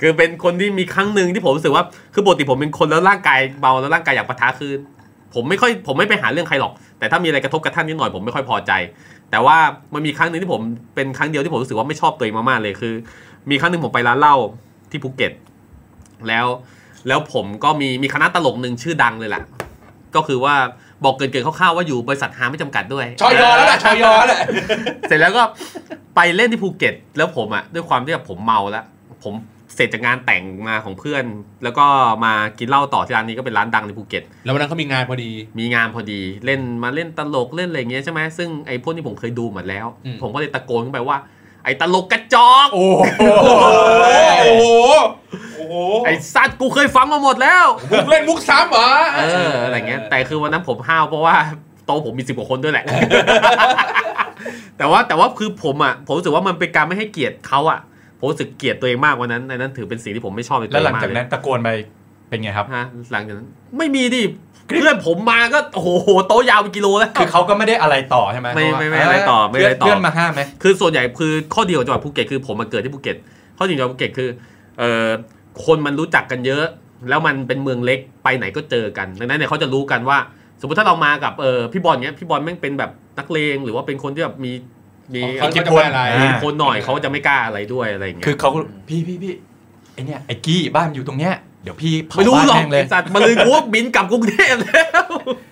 C: คือเป็นคนที่มีครั้งหนึ่งที่ผมรู้สึกว่า คือปกติผมเป็นคนแล้วร่างกายเบาแล้วร่างกายอยากปะทะคืน ผมไม่ค่อยผมไม่ไปหาเรื่องใครหรอก แต่ถ้ามีอะไรกระทบกระทั่งนิดหน่อยผมไม่ค่อยพอใจ แต่ว่ามันมีครั้งหนึ่งที่ผมเป็นครั้งเดียวที่ผมรู้สึกว่าไม่ชอบตัวเองมากๆเลยคือ มีครั้งหนึ่งผมไปร้านเหล้าที่ภูเก็ต แล้วแล้วผมก็มีมีคณะตลกหนึ่งชื่อดังเลยแหละก็คือว่าบอกเกินๆคร่าวๆว่าอยู่บริษัทฮาไม่จำกัดด้วย
A: ชอยอ แล้วล่ะชอยอแล้วแหละ
C: เสร็จแล้วก็ ไปเล่นที่ภูเก็ต แล้วผมอะด้วยความที่แบบผมเมาแล้ว ผมเสร็จจากงานแต่งมาของเพื่อน แล้วก็มากินเหล้าต่อที่ร้านนี้ก็เป็นร้านดังในภูเก็ต
A: แล้ววันนั้นเขามีงานพอดี
C: มีงานพอดีเล่นมาเล่นตลกเล่นอะไรอย่างเงี้ยใช่ไหมซึ่งไอ้พวกนี้ผมเคยดูหมดแล้ว
A: อืม
C: ผมก็เลยตะโกนขึ้นไปว่า ไอ้ตลกกระจอก
B: โอ้โห
A: โอ้โหโอ้โห
C: ไอ้สัตว์กูเคยฟังมาหมดแล้ว
A: มึงเล่นมุกซ้ำเหรอ
C: เอออะไรเงี้ยแต่คือวันนั้นผมห้าวเพราะว่าโตะผมมีสิบกว่าคนด้วยแหละ แต่ว่าแต่ว่าคือผมอ่ะผมรู้สึกว่ามันเป็นการไม่ให้เกียรติเขาอ่ะผมรู้สึกเกลียดตัวเองมากวันนั้นในนั้นถือเป็นสิ่งที่ผมไม่ชอบในตั
B: แล้วว
C: เอ
B: ห
C: ง
B: ลัง
C: มาก
B: จาก
C: เล
B: นั้
C: ย
B: นตะโกนไป เป็นไงครับ
C: ฮะหลังจากนั้นไม่มีดิเพื่อนผมมาก็โอ้โหโต๊ะยาวเป็นกิโลแล้ว
B: คือเขาก็ไม่ได้อะไรต่อใช่ไหม
C: ไม่
B: เพาะว่า
C: ไม่ไม่อะไรต่อไม่อะไรต่อ
B: เพื่อนมาห้ามไหม
C: คือส่วนใหญ่คือข้อดีของจังหวัดภูเก็ตคือผมมาเกิดที่ภูเก็ตข้อดีของจังหวัดภูเก็ตคือเอ่อคนมันรู้จักกันเยอะ แล้วมันเป็นเมืองเล็กไปไหนก็เจอกันดังนั้นเนี่ยเขาจะรู้กันว่า สมมติถ้าเรามากับเอ่อพี่บอลเนี้ยพี่บอลแม่งเป็นแบบนักเลงหรือว่าเป็นคนที่แบบมีมี
A: เขา
B: คิ
A: จะ
B: ด
A: ไม่อะไร
B: อ่า
C: มีคนหน่อยเขาจะไม่กล้าอะไรด้วยอะไรอย่างเงี้ย
B: คือเขาก็พี่พี่พี่ไอเนี่ยไอกี้บ้านอยู่ตรงเนี้ยเดี๋ยวพี่เผา
C: ไม่รู้
B: บ้าน
C: หรอก
B: แม่งเลย
C: ไอ้สัตว์มาลืนกูว่าบินกลับกรุงเทพแล้ว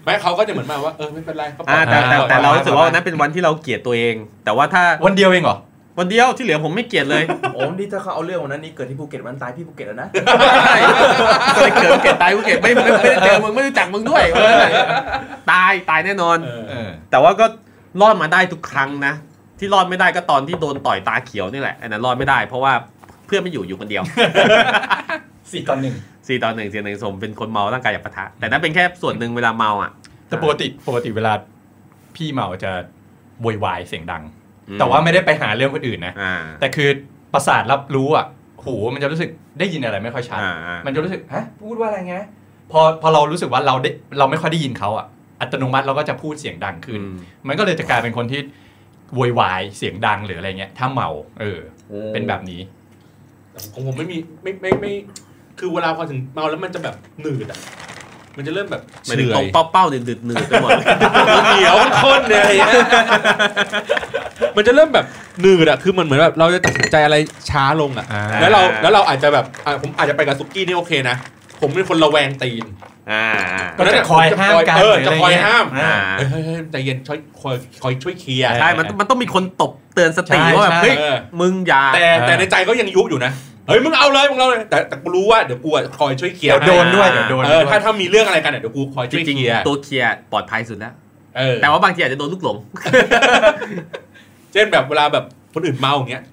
A: ไม่เขาก็จะเหมือนมาว่าเออไม่เป็นไรเขาปล่อย
C: อ่าแต่แต่
B: อ่า
C: แต่เรารู้สึกว่าวันนั้นเป็นวันที่เราเกลียดตัวเอง แต่ว่าถ้า
B: วันเดียวเองเหรอ
C: วันเดียวที่เหลือผมไม่เกลียดเลย
F: โอ้นี่ถ้าเขาเอาเรื่องวันนั้นนี่เกิดที่ภูเก็ตวันตายพี่ภูเก็ตแล้วนะ
C: ก็เลยเกิดเกลียดตายกูเกลียดไม่ไม่ไม่ได้เจอมึงไม่รู้จักมึงด้วยเออตายตายแน่นอน
A: เออ
B: เออ
C: แต่ว่าก็รอดมาได้ทุกครั้งนะ ที่รอดไม่ได้ก็ตอนที่โดนต่อยตาเขียวนี่แหละอันนั้นรอดไม่ได้ เพราะว่าเพื่อนไม่อยู่อยู่คนเดียว
B: สี่ตอนหนึ่ง
C: สี่ต่อหนึ่งสี่ต่อหนึ่งสมเป็นคนเมาร่างกายอยากปะทะแต่นั้นเป็นแค่ส่วนหนึ่งเวลาเมาอ่ะ
B: แต่ปกติปกติเวลาพี่เมาจะโวยวายเสียงดัง
C: อืม
B: แต่ว่าไม่ได้ไปหาเรื่องคนอื่นนะ
C: อ่า
B: แต่คือประสาทรับรู้อ่ะหูมันจะรู้สึกได้ยินอะไรไม่ค่อยชัด
C: อ่าอ่า
B: มันจะรู้สึกฮะพูดว่าอะไรไงพอพอเรารู้สึกว่าเราได้เราไม่ค่อยได้ยินเขาอ่ะอัตโนมัติเราก็จะพูดเสียงดังขึ้น มันก็เลยจะกลายเป็นคนที่โวยวายเสียงดังหรืออะไรเงี้ย ถ้าเมาเออ เป็นแบบนี้
A: ของผมไม่มีไม่ไม่ไม่ คือเวลาพอถึงเมาแล้วมันจะแบบหนืดอ่ะ มันจะเริ่มแบบ
C: หมายถึง
A: เฉื่
C: ต
A: อ
C: ร
A: ย
C: งเป้าเป้าๆเนี่ยดืดหนืดไปหมด เลย
A: เหนียวข้นเนี่ยอะไรอย่างเงี้ย มันจะเริ่มแบบหนืดอ่ะคือมันเหมือนแบบเราจะตัดสินใจอะไรช้าลงอ่ะ
B: อ่า
A: แล้วเราแล้วเราอาจจะแบบอ่ะผมอาจจะไปกับซุกี้นี่โอเคนะ ผมเป็นคนระแวงตีน
C: อ่า
B: ก็จะคอยห้ามกัน
A: เออ
B: หรือ
A: จะ
B: อะไร
A: คอย
B: เงี้ย
A: ห้าม
C: อ่า
A: เฮ้ยเฮ้ยเฮ้ยใจเย็นช่วยคอยคอยช่วยเคลียร์
C: ใช่ มันมันต้องมีคนตบเตือนสติ
B: ใช่
C: ว่าแบบ
B: ใช่
C: เฮ้ย
A: เออ
C: มึงอย่า
A: แต่แต่ในใจก็ยังยุอยู่นะ เฮ้ยมึงเอาเลยมึงเอาเลยแต่แต่กูรู้ว่าเดี๋ยวกูอ่ะคอยช่วยเคลีย
B: เดี๋
A: ร์
B: ยวโดนด้วยเดี๋ยวโดน
A: เอ
B: ด้
A: อ
B: วย
A: ถ้าถ้ามีเรื่องอะไรกันเนี่ยเดี๋ยวกูคอย
C: จ
A: ช่วย
C: ริง
A: เคลียร์
C: ๆตัวเคลียร์ปลอดภัยสุดแล้ว
A: เออ
C: แต่ว่าบางทีอาจจะโดนลูกหลง
A: เช่นแบบเวลาแบบคนอื่นเมาอย่างเงี้ย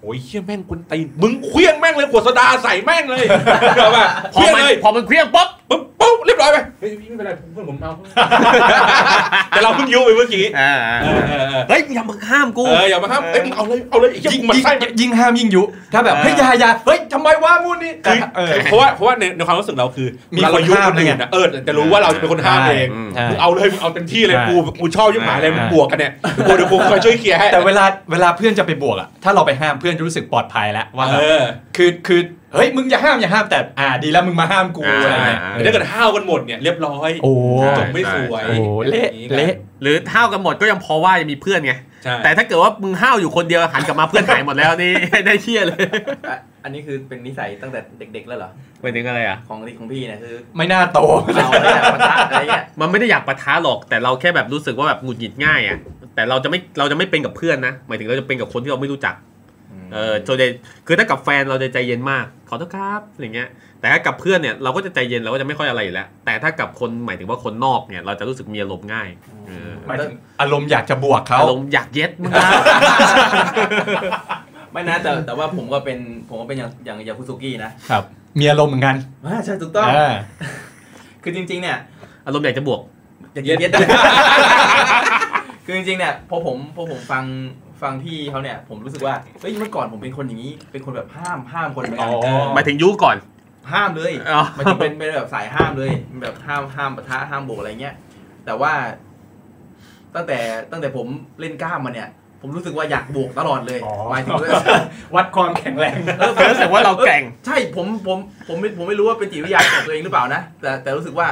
A: โอ้ยเฮี้ยแม่งคนตีนมึงเคลี้ยงแม่งเลยขวดโซดาใส่แม่งเลยเดี๋ยวแบบ
C: พอ
A: เคี้ยง
C: มัน
A: เลย
C: พอมันเครียงปุ๊บ
A: ปุ๊บปุ๊บเรียบร้อยไปเฮ้ยพี่ไม่เป็นไรผมเพื่อนผมเมา แต่เราเพิ่งยุไปเมื่อกี้
C: อ่า
A: เออเออเออ
C: เฮ้ยอย่ามาห้ามกู
A: เอออย่ามาห้ามเอ้ยมึงเอาเลยเอาเลยไอ้เหี้ย
B: ยิ่ง
A: มึงมัน
B: ยิ่ง
A: ไส้มัน
B: ยิ่งห้ามยิ่งยุ ถ้าแบบ
C: เออ
B: เฮ้ยอยาอยาเฮ้ยทำไมว่ามูนนี่
A: คือ
B: เออ
A: เพราะว่าเพราะว่าในในความรู้สึกเราคือ
B: มีคน
A: เรยุ
B: ห้าม
A: คนอื่นนะเออแต่รู้ว่าเราจะเป็นคนห้ามเอง
C: อืม
B: ใช่
A: มึงเอาเลยมึงเอาเต็มที่เลย
B: ใช่
A: กูกูชอบยิ่งหมายเลย
B: ใช่
A: มึงบวกกันเนี่ยกูเดี๋ยวกูคอยช่วยเคลียร์ให้
B: แต่เวลาเวลาเพื่อนจะไปบวกอ่ะถ้าเราไปห้ามเพื่อนจะรู้สึกปลอดภัยแล้วว่าแบบ
A: เออ
B: คือคือเฮ้ยมึงอย่าห้ามอย่าห้ามแต่อ่าดีแล้วมึงมาห้ามกู
C: อ่า
B: อะไรเงี้ย
A: แต่ถ้าเกิดห้าวกันหมดเนี่ยเรียบร้อย
B: โอ้
A: จบไม่สวย
B: ใช่โอ้เละเละ
C: หรือห้าวกันหมดก็ยังพอว่ายังมีเพื่อนไง
A: ใช่
C: แต่ถ้าเกิดว่ามึงห้าวอยู่คนเดียวหันกลับมาเพื่อนหายหมดแล้วนี่ ได้เชี่ยเลย
F: อ่ะอันนี้คือเป็นนิสัยตั้งแต่เด็ก ๆ แล้วเหรอ
C: หมายถึงอะไรอ่ะ
F: ของของพี่เนี่ยคือ
B: ไม่น่าโต
F: เราเนี่ยปะทะอะไรเงี้ย
C: มันไม่ได้อยากปะทะหรอกแต่เราแค่แบบรู้สึกว่าแบบหงุดหงิดง่ายอ่ะแต่เราจะไม่เราจะไม่เป็นกับเพื่อนนะหมายถึงเราจะเป็นกับคนที่เราไม่รู้จักเออโจเดคือถ้ากับแฟนเราจะใจเย็นมากขอโทษครับอะไรเงี้ย แต่ถ้ากับเพื่อนเนี่ยเราก็จะใจเย็นเราก็จะไม่ค่อยอะไรอยู่แล้ว แต่ถ้ากับคนหมายถึงว่าคนนอกเนี่ยเราจะรู้สึกมีอารมณ์ง่ายเออ
B: หมายถึงอารมณ์อยากจะบวกเขา
C: อารมณ์อยากเย็ดมึงนะ
F: ไม่นะแต่แต่ว่าผมก็เป็นผมก็เป็นอย่างอย่างยาคุซุกินะครับ
B: มีอารมณ์เหมือนกัน
F: อ่าใช่ถูกต้อง
B: อ่า
F: คือจริง ๆ เนี่ย
C: อารมณ์อยากจะบวก
F: อย่าเย็ด คือจริงๆเนี่ยพอผมพอผมฟังฟังพี่เขาเนี่ย ผมรู้สึกว่าเฮ้ยเมื่อก่อนผมเป็นคนอย่างนี้ เป็นคนแบบห้ามห้ามคนเหมือนกัน
C: หมายถึงยุก่อน
F: ห้ามเลย
C: อ๋อ
F: หมันจะเป็นเป็นแบบสายห้ามเลยแบบห้ามห้ามปะทะห้ามโบกอะไรเงี้ยแต่ว่า ตั้งแต่ตั้งแต่ผมเล่นกล้ามมาเนี่ย ผมรู้สึกว่าอยากบวกตลอดเลยหมายถึงว่า
B: วัดความแข็งแรง
C: รู้สึกว่าเราแกร่ง
F: ใช่ผมผมผมไม่ผมไม่รู้ว่าเป็นจิตวิทยาของตัวเองหรือเปล่านะ แต่แต่รู้สึกว่า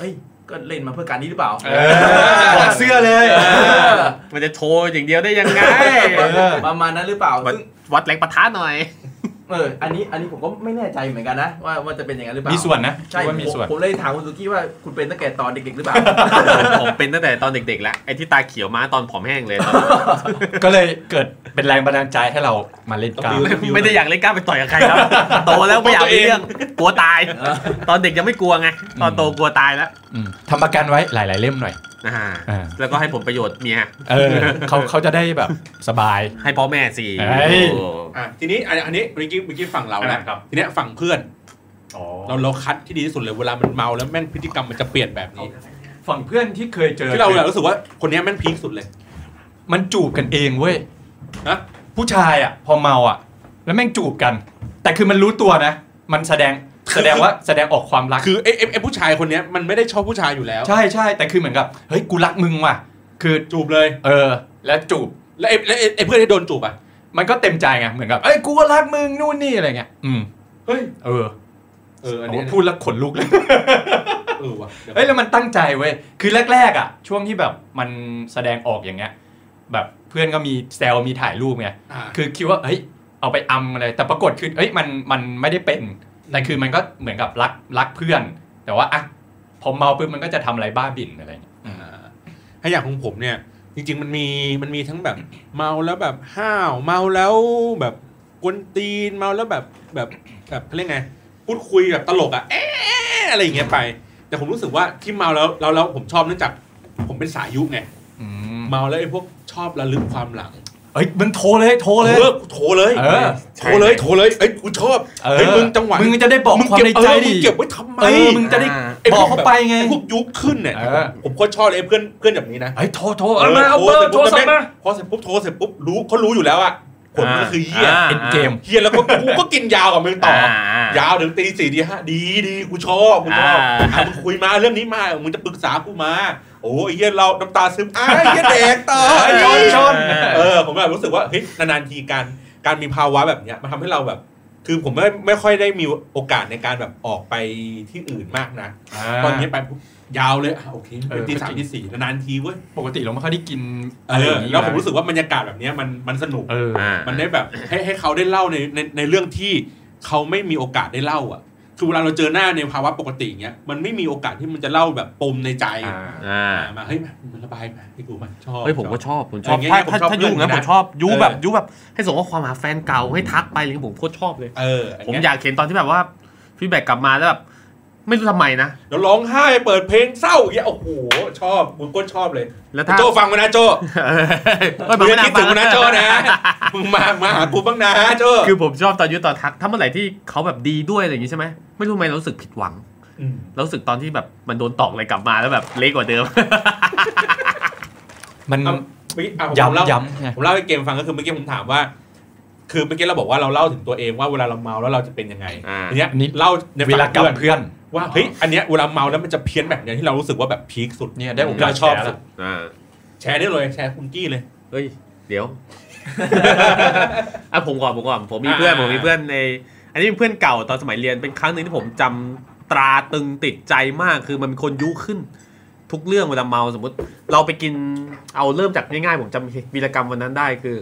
F: เอ้ยก็เล่นมาเพื่อการนี้หรือเปล่า
B: ถอดเสื้อเลย
F: เออ
C: มันจะโชว์อย่างเดียวได้ยังไง
B: เออ
F: ประมาณนั้นหรือเปล่าซึ่ง
C: วัดแรงปะทะหน่อย
F: เอออันนี้อันนี้ผมก็ไม่แน่ใจเหมือนกันนะว่าว่าจะเป็นอย่างนั้นหรือเปล่า
B: มีส่วนนะ
F: ใช่
B: คิดว่ามี
F: ผม
B: ส่วน
F: ผมเลยถามคุณสุกี้ว่าคุณเป็นตั้งแต่ตอนเด็กๆหรือเป ล่า
C: ผมเป็นตั้งแต่ตอนเด็กๆ แล้วไอ้ที่ตาเขียวมาตอนผอมแห้งเลยตอนนั้น
B: ก็เลยเเกิดเป็นแรงบันดาลใจให้เรามาเล่นกล้าม
C: ไม่ไม่ได้อยากเล่นกล้าไปต่อยกับใครครับ โตแล้วไม่อยากมีเรื่องกลัวตาย ตอนเด็กยังไม่กลัวไง ตอนโตกลัวตายแล้ว
B: อืมทำประกันไว้หลาย ๆ เล่มหน่อย
C: อ่า
B: อ่า
C: แล้วก็ให้ผมประโยชน์เมีย
B: เออเขาเขาจะได้แบบสบาย
C: ให้พ่อแม่สี่
B: เฮ้ย
C: โอ้
A: อ่ะทีนี้อันอันนี้เมื่อกี้เมื่อกี้ฝั่งเราแล้ว
B: อ่าครับ
A: ทีเนี้ยฝั่งเพื่อน
B: เรา
A: เราเราคัดที่ดีที่สุดเลยเวลามันเมาแล้วแม่งพฤติกรรมมันจะเปลี่ยนแบบนี้
B: ฝั่งเพื่อนที่เคยเจอ
A: ที่เราเรารู้สึกว่าคนเนี้ยแม่งพีคสุดเลย
B: มันจูบกันเองเว้ย
A: ฮะ
B: ผู้ชายอ่ะ พอเมาอ่ะ แล้วแม่งจูบกัน แต่คือมันรู้ตัวนะ มันแสดง แสดงว่าแสดงออกความรัก
A: คือไอ้ไอ้ไอ้ผู้ชายคนเนี้ยมันไม่ได้ชอบผู้ชายอยู่แล้ว
B: ใช่ใช่แต่คือเหมือนกับเฮ้ยกูรักมึงว่ะ คือ
A: จูบเลย
B: เออ แล้วจูบ
A: แล้วไอ้แล้วไอ้ไอ้เพื่อนที่โดนจูบอ่ะ
B: มันก็เต็มใจไงเหมือนกับเอ้ยกูก็รักมึงนู่นนี่อะไรเงี้ยอืม
A: เฮ้ย
B: เออ
A: เอออัน
B: โอ้
A: นี้
B: โหพูดแล้วขนลุกเลย
A: เออว่ะเดี๋ยว
B: เอ้ยแล้วมันตั้งใจเว้ย คือแรก ๆ อ่ะ ช่วงที่แบบมันแสดงออกอย่างเงี้ย แบบเพื่อนก็มีแซลมีถ่ายรูปไง
A: อ่า
B: คือคิดว่าเฮ้ยเอาไปอำอะไร แต่ปรากฏคือเอ้ยมันมันไม่ได้เป็น แต่คือมันก็เหมือนกับรักรักเพื่อน แต่ว่าอ่ะพอเมาปุ๊บมันก็จะทำอะไรบ้าบิ่นอะไรอย่างเงี้ย
A: ถ้าอย่างของผมเนี่ย จริง ๆ มันมีมันมีทั้งแบบเมาแล้วแบบห้าวเมาแล้วแบบกวนตีนเมาแล้วแบบแบบแบบเขาเรียกไงพูดคุยแบบตลกอะเอ๊ะอะไรอย่างเงี้ยไป แต่ผมรู้สึกว่าที่เมาแล้วแล้วแล้วผมชอบเนื่องจากผมเป็นสายยุไง
B: อืม
A: เมาแล้วไอ้พวกชอบระลึกความหลัง
B: เอ้ยมันโทรเลยโทรเลย
A: เออโถเลย
B: เออ
A: โถเลยโถเลยเอ้ยกูชอบ
B: เออ
A: เฮ้ยมึงจังหวะ
B: มึงจะได้บอก
A: มึง
B: ความ
A: เก็บ
B: ใน
A: เอ
B: ใจ
A: อ
B: ดิ
A: มึงเก็บไว้ทำไม
B: เออมึงจะได้
A: ไอ้
B: บ
A: พ
B: อ
A: ว
B: กเขาไปไง
A: อ้พวกยุขึ้นเนี่ย
B: เออ
A: ผมก็ชอบเลยไอ้เพื่อนเพื่อนแบบนี้นะ
B: เฮ้ยโทรโทรเอามาเอาเบอร์โทรศัพท์มา
A: พอเสร็จปุ๊บโทรเสร็จปุ๊บรู้เขารู้อยู่แล้วอ่ะผลมันก็คือเฮีย
C: อ่า
B: เอ็นเกม
A: เฮียแล้วก็กูก็กินยาวกับมึงต่ออ
C: อ่า
A: ยาวถึงตีสี่ตีห้าดีดีกูชอบกูชอบ
C: อ่า
A: อ่ะมึงคุยมาเรื่องนี้มามึงจะปรึกษากูมา โอ้ยเฮียเราน้ำตาซึมอ้ายเฮียเด็กต่อ
B: เออ
A: เฮีย
B: ชน
A: เออผมแบบรู้สึกว่าเฮ้ยนานๆทีการการมีภาวะแบบเนี้ยมันทำให้เราแบบ คือผมไม่ไม่ค่อยได้มีโอกาสในการแบบออกไปที่อื่นมากนะตอนนี้ไปปุ๊บยาวเลยอ่ะโอเคเป็นตีสามตีสี่นานๆทีเว้ย
B: ปกติเราไม่ค่อยได้กิน
A: เอ
B: อะไรอ
A: อย่าง
B: นี้
A: แล้วผมรู้สึกว่าบรรยากาศแบบเนี้ยมันมันสนุก
B: เออ
C: อ่า
A: มันได้แบบ ให้ให้เขาได้เล่าในในในเรื่องที่เขาไม่มีโอกาสได้เล่าอ่ะ คือเวลาเราเจอหน้าในภาวะปกติอย่างเงี้ยมันไม่มีโอกาสที่มันจะเล่าแบบปมในใจ
B: อ่า
C: อ่า
A: อ่ามาเฮ้ยมามันระบายมาให้กูมาชอบ
C: เฮ้ยผมก็ชอบผมช
A: อ
C: อบ
A: ย่างเงี้ย
C: ถ้า
A: ผม
C: ถ้า
A: ชอบ
C: ถ้ายุ่งนะ
A: เรื่
C: ผ
A: อง
C: ม
A: นะ
C: ชอบยุ
A: เออ
C: แบบยุแบบให้ส่งข้อความหาแฟนเก่าให้ทักไปอะไรเงี้ยผมโคตรชอบเลย
A: เอออัน
C: ผม
A: เนี้ย
C: อยากเห็นตอนที่แบบว่าฟีดแบ็กกลับมาแล้วแบบไม่รู้ทำไมนะ
A: แล้วร้องไห้เปิดเพลงเศร้าอย่างเงี้ยโอ้โหชอบกูก็ชอบเลย
C: แล้วถ้า
A: โจฟังมานะโจ
C: เออเฮ้ย
A: มึงจะ
C: า
A: คิดถึงกูนะโจนะมึงมามาหากูบ้างนะโจ
C: คือผมชอบตอนยุตอนทัก ถ้าเมื่อไหร่ที่เขาแบบดีด้วยอะไรอย่างงี้ใช่ไหมไม่รู้ทำไมเรารู้สึกผิดหวัง
A: ม
C: เรารู้สึกตอนที่แบบมันโดนตอกอะไรกลับมาแล้วแบบเละกว่าเดิม
B: มัน
A: เอาเมื่อกี้อ่ะผมเล่า
B: ย้ำย้ำไง
A: ผมเล่าให้เกมฟังก็คือเมื่อกี้ผมถามว่า คือเมื่อกี้เราบอกว่าเราเล่าถึงตัวเองว่าเวลาเราเมาแล้วเราจะเป็นยังไง
C: อ่า
A: ทีเนี้ย
B: นี่
A: เล่าใน
B: เวลา
A: ฝั่ง
B: กับ
A: เพื่อน
B: เพื่อน
A: ว่าเฮ้ยอันเนี้ยเวลาเมาแล้วมันจะเพี้ยนแบบเนี้ยที่เรารู้สึกว่าแบบพีคสุด
B: เนี่ยได้โอกาส
A: เราชอบ
B: แชร์
A: สุ
B: แล้
A: ด
B: ว
C: อ่า
A: แชร์ได้เลยแชร์คุณ กี้เลย
C: เฮ้ย เดี๋ยว อ่ะผมก่อนผมก่อนผมมีเพื่อน
A: อ่า
C: ผมมีเพื่อนใน อันนี้เป็นเพื่อนเก่าตอนสมัยเรียนเป็นครั้งหนึ่งที่ผมจำตราตึงติดใจมากคือมันเป็นคนยุขึ้น ทุกเรื่องเวลาเมาสมมติ เราไปกินเอาเริ่มจากง่ายๆ ผมจำวีรกรรมวันนั้นได้คือ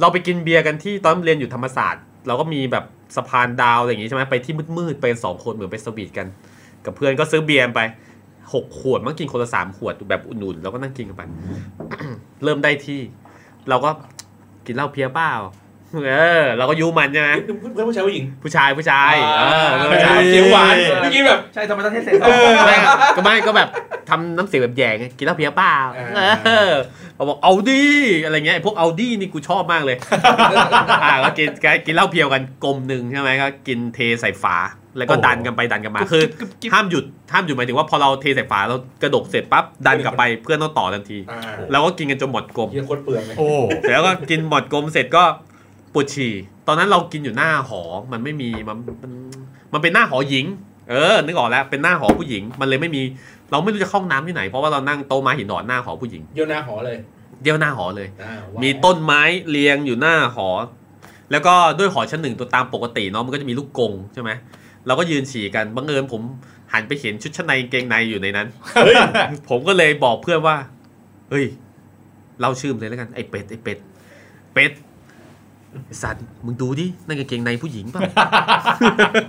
C: เราไปกินเบียร์กันที่ตอนเรียนอยู่ธรรมศาสตร์ เราก็มีแบบสะพานดาวอะไรอย่างงี้ใช่ไหมไปที่มืดๆไปกันสองคนเหมือนไปสวีทกัน กับเพื่อนก็ซื้อเบียร์ไปหกขวดมันกินคนละสามขวดแบบอุ่นๆแล้วก็นั่งกินกันไป เริ่มได้ที่ เราก็กินเหล้าเพียเปล่าเออ เราก็ยุมันใช่ไหม
A: เพื่อนผู้ชายผู้หญิง
C: ผู้ชายผู้ชายเออเพื่อน
A: ผู้
C: ผู้
A: ชา
C: ชายย
A: เสียงหวานเมื่อกี้แบบ
F: ใช่ทำไมต้องให้เสร็จก่อน
C: ไม่ก็ไม่ก็แบบทำน้ำเสียงแบบแย่ไงกินเหล้าเพียเปล่า
A: อ่า
C: เออเราบอกเอาดีอะไรเงี้ยไอ้พวกเอาดีนี่กูชอบมากเลย อ่าก็กินกินเหล้าเพียวกันกลมหนึ่งใช่ไหมก็กินเทใส่ฝาแล้วก็ดันกันไปดันกันมาคือห้ามหยุดห้ามหยุดหมายถึงว่าพอเราเทใส่ฝาเรากระดกเสร็จปั๊บดันกลับไปเพื่อนต้องต่อทันที
A: อ่า
C: เราก็กินกันจนหมดกลม
A: เฮียโคนเปลืองเลย
B: โอ้
C: เสร็จแล้วก็กินหมดกลมเสร็จก็ปวดฉี่ ตอนนั้นเรากินอยู่หน้าหอ มันไม่มีมันมันมันเป็นหน้าหอหญิง เออ นึกออกแล้ว เป็นหน้าหอผู้หญิง มันเลยไม่มี เราไม่รู้จะเข้าห้องน้ำที่ไหน เพราะว่าเรานั่งโต๊ะไม้หินอ่อนหน้าหอผู้หญิง
A: เยี่ยวหน้าหอเลย
C: เดียวหน้าหอเลย
A: อ่าว้าว
C: มีต้นไม้เรียงอยู่หน้าหอ แล้วก็ด้วยหอชั้นหนึ่งตัวตามปกติเนาะ มันก็จะมีลูกกงใช่ไหม เราก็ยืนฉี่กัน บังเอิญผมหันไปเห็นชุดชั้นในกางเกงในอยู่ในนั้น
A: เฮ้ย
C: ผมก็เลยบอกเพื่อนว่า เฮ้ย เราชื่อมนเลยแล้วกัน ไอ้เป็ด ไอ้เป็ด เป็ดไอ้สัตว์ มึงดูดิ นั่นกางเกงในผู้หญิงป่ะ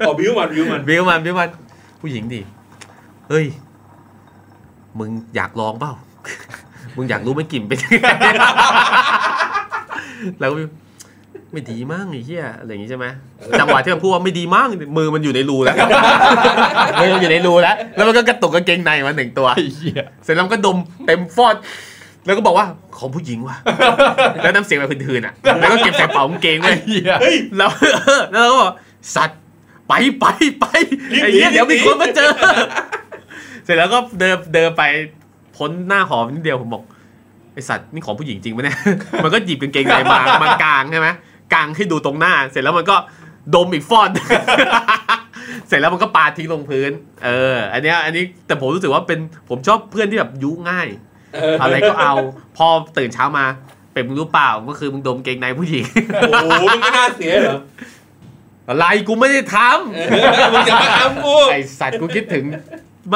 A: ขอบิวมันบิวมัน
C: วิวมันวิวมันผู้หญิงดิ เฮ้ย มึงอยากลองเปล่า มึงอยากรู้ไหม่กลิ่นเป็นยังไง แล้ววิวไม่ดีมั่งไอ้เหี้ยอะไรอย่างงี้ใช่ไหมจังหวะที่มันพูดว่าไม่ดีมั่งมือมันอยู่ในรูแล้ว มือมันอยู่ในรูแล้ว แล้วมันก็กระตุกกางเกงในมาหนึ่งตัว เสร็จแล้วมันก็ดมเต็มฟอด แล้วก็บอกว่าของผู้หญิงว่ะ แล้วน้ำเสียงแบบหืนๆอ่ะ แล้วก็เก็บใส่กระเป๋ากางเกงไว้แล้ว แล้วเราก็บอกสัตว์ไปไปไปไอ้เหี้ยเดี๋ยวมีคนมาเจอ เสร็จแล้วก็เดินเดินไปพ้นหน้าหอนิดเดียวผมบอกไอสัตว์นี่ของผู้หญิงจริง ปะเนี่ย มันก็หยิบกางเกงในมามากางใช่ไหมกางให้ดูตรงหน้า เสร็จแล้วมันก็ดมอีกฟอด เสร็จแล้วมันก็ปาทิ้งลงพื้น เออ อันเนี้ยอันนี้แต่ผมรู้สึกว่าเป็นผมชอบเพื่อนที่แบบยุง่าย อะไรก็เอา พอตื่นเช้ามา เป็นมึงรู้เปล่าก็คือมึงดมเกงในผู้หญิง
A: โอ้โหมึงก็น่าเสียเหรอ
C: อะไรกูไม่ได้ท
A: เออมึงอย่ามาทำกู
C: ำไอสัตว์กูคิดถึง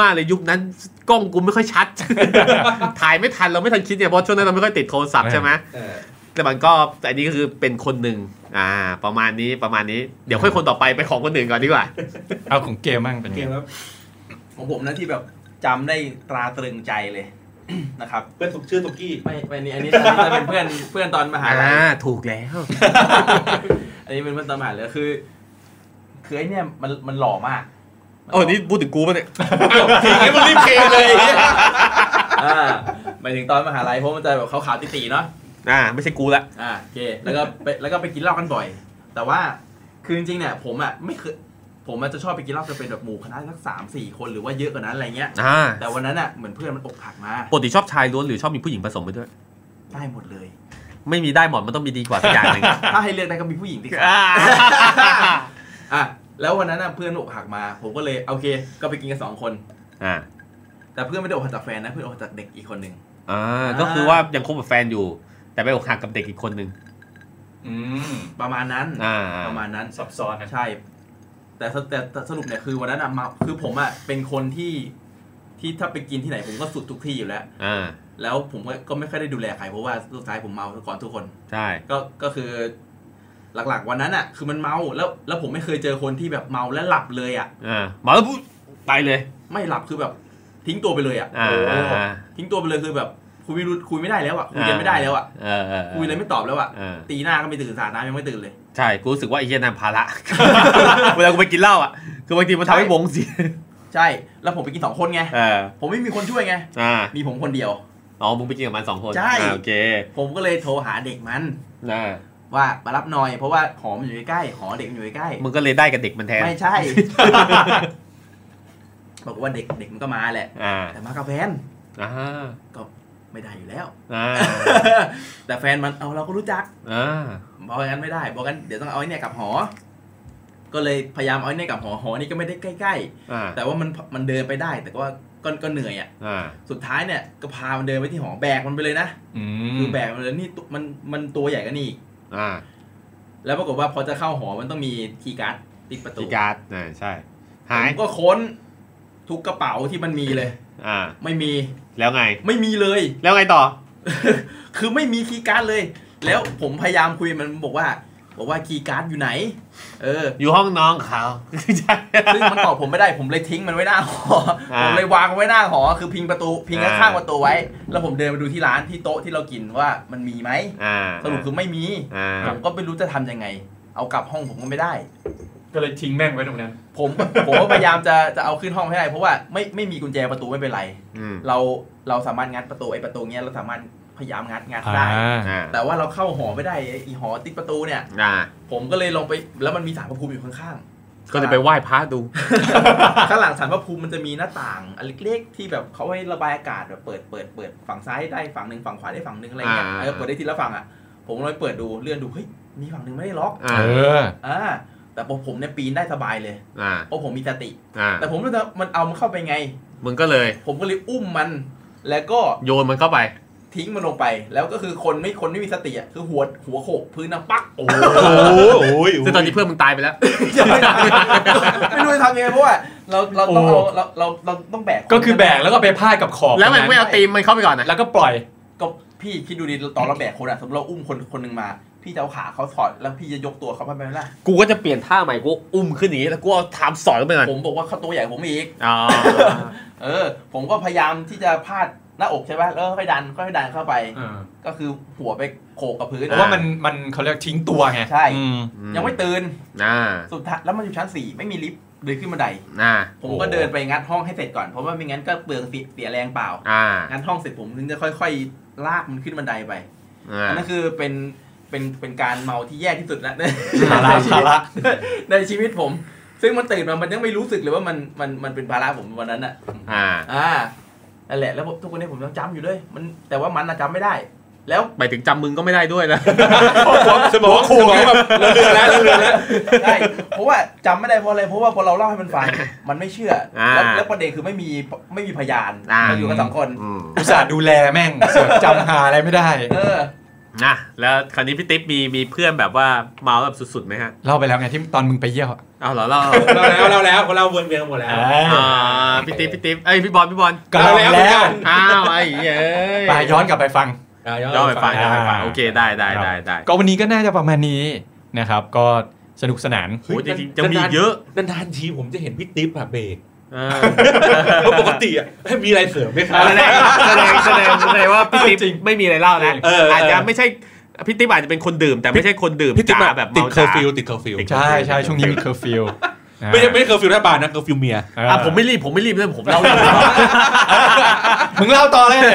C: มากเลยยุคนั้นกล้องกูไม่ค่อยชัด ถ่ายไม่ทันเราไม่ทันคิดเนี่ยเพราะช่วงนั้นเราไม่ค่อยติดโทรศัพท์ใช่ไหม
A: เออ
C: แต่มันก็อันนี้ก็คือเป็นคนหนึ่งอ่า ประมาณนี้ประมาณนี้เดี๋ยวค่อยคนต่อไปไปของคนอื่นก่อนดีกว่า
B: เอาของเกมมั่งเป็นไง
A: เก่งแล้ว
F: ของผมนะที่แบบจำได้ตราตรึงใจเลย นะครับ
A: เพื่อนสุกชื่อสุกี้
D: ไม่ไม่นี่อันนี้
F: อันนี้จะเป็นเพื่อนเพื่อนตอนมหา
C: อ่า
F: ลัย
C: ถูกแล้ว
F: อันนี้เป็นเพื่อนตอนมหาลัยคือ คือไอเนี่ยมันมันหล่อมาก
C: โอ้นี่พูดถึงกูป่ะเนี่ย
A: ทีนี้มึงรีบเกมเลย
F: อ่าหมายถึงตอนมหาลัยเพราะมันจะแบบขาวๆตี๋ๆเนาะ
C: อ่า ไม่ใช่กูละ
F: อ่าโอเคแล้วก็ไปแล้วก็ไปกินเหล้ากันบ่อย แต่ว่าคือจริงๆเนี่ยผมอ่ะไม่เคยผมอาจจะชอบไปกินเหล้าจะเป็นแบบหมู่คณะสักสามสี่คนหรือว่าเยอะกว่านั้นอะไรเงี้ย
C: อ่า
F: แต่วันนั้นอ่ะเหมือนเพื่อนมันอกหักมา
C: ปกติชอบชายล้วนหรือชอบมีผู้หญิงผสมไปด้วย
F: ได้หมดเลย
C: ไม่มีได้หมดมันต้องมีดีกว่าสักอย่างหนึ่ง
F: ถ้าให้เลือกได้ก็มีผู้หญิง ดีกว่า
C: อ่า
F: อ่ะแล้ววันนั้นน่ะเพื่อนอกหักมา ผมก็เลยโอเค ก็ไปกินกันสองคน
C: อ่า
F: แต่เพื่อนไม่ได้อกหักจากแฟนนะเพื่อนอกหักจากเด็กอีกคนหนึ่ง
C: อ่า
F: อ่า
C: ก็คือว่ายังคบกับแฟนอยู่ แต่ไปอกหักกับเด็กอีกคนนึง
B: อืม
F: ประมาณนั้น
C: อ่า
F: ประมาณนั้น
B: ซับซ้อนนะ
F: ใช่ แต่สแต่แต่สรุปเนี่ยคือวันนั้นอะเมาคือผมอะเป็นคนที่ที่ถ้าไปกินที่ไหนผมก็สุดทุกที่อยู่แล้ว
C: อ่า
F: แล้วผมก็ก็ไม่ค่อยได้ดูแลใครเพราะว่าสุดท้ายผมเมาก่อนทุกคน
C: ใช่
F: ก็ก็คือหลักๆวันนั้นอะคือมันเมาแล้วแล้วผมไม่เคยเจอคนที่แบบเมาและหลับเลยอะ
C: อ่าหมาแล้วพูดไปเลย
F: ไม่หลับคือแบบทิ้งตัวไปเลยอะ
C: อ่า
F: โอ้
C: อ่า
F: โห
C: อ่า
F: ทิ้งตัวไปเลยคือแบบคุยไม่รู้คุยไม่ได้แล้วอะคุยกันไม่ได้แล้วอะ
C: เออเออ
F: คุยอะไรไม่ตอบแล้วอะ
C: เออ
F: ตีหน้าก็ไม่ตื่นสาดน้ำยังไม่ตื่นเลย
C: ใช่กูรู้สึกว่าไอ้เหี้ยนานภาระ เว ลากูไปกินเหล้าอ่ะคือบางทีมันทำให้วงเสีย
F: ใช่ แล้วผมไปกินสองคนไง
C: เออ
F: ผมไม่มีคนช่วยไง
C: อ่า
F: มีผมคนเดียว
C: อ๋อมึงไปกินกับมันสองคน
F: ใช่
C: อ่าโอเค
F: ผมก็เลยโทรหาเด็กมัน
C: อ่า
F: ว่ามารับหน่อยเพราะว่าหอมนอยู่ใกล้ๆหอเด็กมันอยู่ใกล้
C: มึงก็เลยได้กับเด็กมันแทน
F: ๆไม่ใช่ บอกว่าเด็กเด็กมันก็มาแหละ
C: อ่า
F: แต่มากับแฟน
C: อ่า
F: ไม่ได้อยู่แล้ว
C: อ่า
F: แต่แฟนมันเอาเราก็รู้จัก
C: อ่า
F: บอกงั้นไม่ได้บอกงั้นเดี๋ยวต้องเอาไอ้เนี่ยกลับหอ ก็เลยพยายามเอาไอ้เนี่ยกลับหอหอนี่ก็ไม่ได้ใกล้
C: อ่า
F: ๆ แต่ว่ามันมันเดินไปได้ แต่ว่าก็ก็เหนื่อยอ่ะ
C: อ่า
F: สุดท้ายเนี่ยก็พามันเดินไปที่หอแบกมันไปเลยนะ
B: อื
F: คื
B: ม
F: อแบกมันเลยนี่ตัวมันมันตัวใหญ่กันนี่อีก
C: อ่า
F: แล้วปรากฏว่าพอจะเข้าหอมันต้องมีคีย์การ์ดติดประตู
C: ตีการ์ดอ่าใช่หา
F: ผ
C: ย
F: มก็ค้นทุกกระเป๋าที่มันมีเลย
C: อ่า
F: ไม่มี
C: แล้วไง
F: ไม่มีเลย
C: แล้วไงต่อ
F: คือไม่มีคีย์การ์ดเลย แล้วผมพยายามคุยมันบอกว่า บอกว่าคีย์การ์ดอยู่ไหน เออ
C: อยู่ห้องน้องเขา ใช่
F: ซึ่งมันตอบผมไม่ได้ผมเลยทิ้งมันไว้หน้าหอ
C: อ่า
F: ผมเลยวางไว้หน้าหอคือพิงประตูพิง
C: อ่า
F: ข้างๆประตูไว้ แล้วผมเดินไปดูที่ร้านที่โต๊ะที่เรากินว่ามันมีไหม
C: อ่า
F: สรุปคือไม่มี
C: อ่า
F: ผมก็ไม่รู้จะทำยังไง เอากลับห้องผมก็ไม่ได้
B: ก็เลยทิ้งแม่งไว้ตรงนั้น
F: ผมผมก็พยายามจะจะเอาขึ้นห้องให้ได้เพราะว่าไม่ไม่มีกุญแจประตูไม่เป็นไร
C: อืม
F: เราเราสามารถงัดประตูไอ้ประตูเนี้ยเราสามารถพยายามงัดงัดได้
C: อ่า
F: แต่ว่าเราเข้าหอไม่ได้ไอ้อีหอติดประตูเนี่ย
C: อ่า
F: ผมก็เลยลงไปแล้วมันมีสารพระภูมิอยู่ข้าง
C: ก็จะไปไหว้พระดู
F: ๆ ข้างหลังสารพระภูมิมันจะมีหน้าต่างอันเล็กๆที่แบบเขาให้ระบายอากาศแบบเปิดเปิดเปิดฝั่งซ้ายได้ฝั่งหนึ่งฝั่งขวาได้ฝั่งหนึ่งอะไรเงี้ย
C: อ่า
F: เออเปิดได้ทีละฝั่งอ่ะผมเลยเปิดดูเลื่อนดูเฮ้ยมีฝั่งหนึ่งไม่ได้ล็อก
C: อ่า
B: เออ
F: อ่าแต่พอผมเนี่ยปีนได้สบายเลย
C: อ่า
F: เพราะผมมีสติ
C: อ่า
F: แต่ผมรู้ว่ามันเอามันเข้าไปไง
C: มึงก็เลย
F: ผมก็เลยอุ้มมัน แล้วก็
C: โยนมันเข้าไป
F: ทิ้งมันลงไป แล้วก็คือคนไม่คนไม่มีสติอ่ะคือหัวหัวโขกพื้นน้ำปัก
A: โอ้โห
C: ซึ่งตอนนี้เพื่อนมึงตายไปแล้ว
F: ไม่รู้จะทำยังไงเพราะว่าเราเราต้องเอาเราเราเราต้องแบกน
B: ก็คือแบกแล้วก็ไปพาดกับขอบ
C: แล้วมัน
B: ตรง
C: ไม่เอาตีมมันเข้าไปก่อนนะ
B: แล้วก็ปล่อย
F: ก็พี่คิดดูดิตอนเราแบกคนอ่ะสมมติเราอุ้มคนคนหนึ่งมา พี่จะเอาขาเขาถอดแล้วพี่จะยกตัวเขาไปไหมล่ะ
C: กูก็จะเปลี่ยนท่าใหม่กูอุ้มขึ้นอย่างนี้แล้วกูเอาทามสอยเข้าไปก่อน
F: ผมบอกว่าเขาตัวใหญ่กว่าผมอีก
C: อ๋อ
F: เออ ผมก็พยายามที่จะพาดหน้าอกใช่ไหมแล้วค่อยดันค่อยดันเข้าไป ก็คือหัวไปโขกกับพื้น
B: เพราะว่ามันมันเขาเรียกทิ้งตัวไง
F: ใช่
B: อืม
F: ยังไม่ตื่น
C: อ่า
F: สุดท้ายแล้วมันอยู่ชั้นสี่ไม่มีลิฟต์เดินขึ้นบันได
C: อ่า
F: ผมก็เดินไปงัดห้องให้เสร็จก่อนเพราะว่าไม่งั้นก็เปลืองเสียเสียแรงเปล่า
C: อ่า
F: งัดห้องเสร็จผมถึงจะค่อย ๆ ลากมันขึ้นบันไดไป
C: อ่า
F: อันนั้นคือเป็นเป็นเป็นการเมาที่แย่ที่สุดแล้ว ใน
B: ภาระ
F: ในชีวิ
B: ภา
F: ต
B: ระ
F: ในชีวิตผม ซึ่งมันตื่นมามันยังไม่รู้สึกเลยว่ามันมันมันเป็นภาระผมวันนั้นอ่ะ
C: อ่า
F: อ่านั่นแหละแล้วผมทุกวันนี้ผมยังจำอยู่เลย มันแต่ว่ามันน่ะจำไม่ได้ แล้ว
C: หมายถึงจำมึงก็ไม่ได้ด้วยนะ
A: สมองสมองแบบเราเรือแล้วเราเรือแล้ว
F: ใช่เพราะว่าจำไม่ได้เพราะอะไรเพราะว่าพอเราเล่าให้มันฟังมันไม่เชื่ออา แล้วแล้วประเด็นคือไม่มีไม่มีพยาน
C: อ่า
F: เราอยู่กันสองคน
C: อืม
B: อุตส่าห์ดูแลแม่งเสือกจำหาอะไรไม่ได้
F: เออ
C: นะแล้วคราวนี้พี่ติ๊บมีมีเพื่อนแบบว่าเมาแบบสุดๆไหมฮะ
B: เล่าไปแล้วไงที่ตอนมึงไปเยี่ยวอะ
C: เอาเหรอเรา
A: เราแล้วเราแล้วเราวนเวียนกันหมดแล้ว
C: อ่าพี่ติ๊บพี่ติ๊บเอ้ยพี่บอลพี่บอล
B: ก็เล่า
A: เล่าแล้
B: แล้ว ว
C: อ้าวไอ้เหี้ย
B: ไปย้อนกลับไปฟัง
A: อ่ะ
C: ย้อนไปฟังย้อนไปฟัง
B: อ่า
C: โอเคได้ได้ได้ได้
B: ก็วันนี้ก็น่าจะประมาณนี้นะครับ ก็สนุกสนาน
C: โอ้ยจริงๆจะมีอีกเยอะ
A: นานๆทีผมจะเห็นพี่ติ๊บอะเบร ก
C: เออ
A: เพราะปกติอะ ให้มีอะไรเสริมไหมครับ
C: แสดงแสดงแสดงแสดงว่าพี่ติ๊บไม่มีอะไรเล่านะ
A: เออเอออ
C: อาจจะไม่ใช่พี่ติ๊บอาจจะเป็นคนดื่ม แต่ไม่ใช่คนดื่ม
A: พี่ติ๊บ
C: จ๋า
A: อะ
C: แบบ
A: ติด
C: เมา
A: เคอ
C: จ๋า
A: ร์ฟิวติดเคอร์ฟิว
B: ใช่ใช่ช่วงนี้มีเคอร์ฟิว
A: ไม่ใช่ไม่ใช่เคอร์ฟิวรัฐบาลนะเคอร์ฟิวเมีย
B: เ
C: อ่ะผมไม่รีบผมไม่รีบเลยผมเล่าเรื่อง
B: มึงเล่าต่อเลย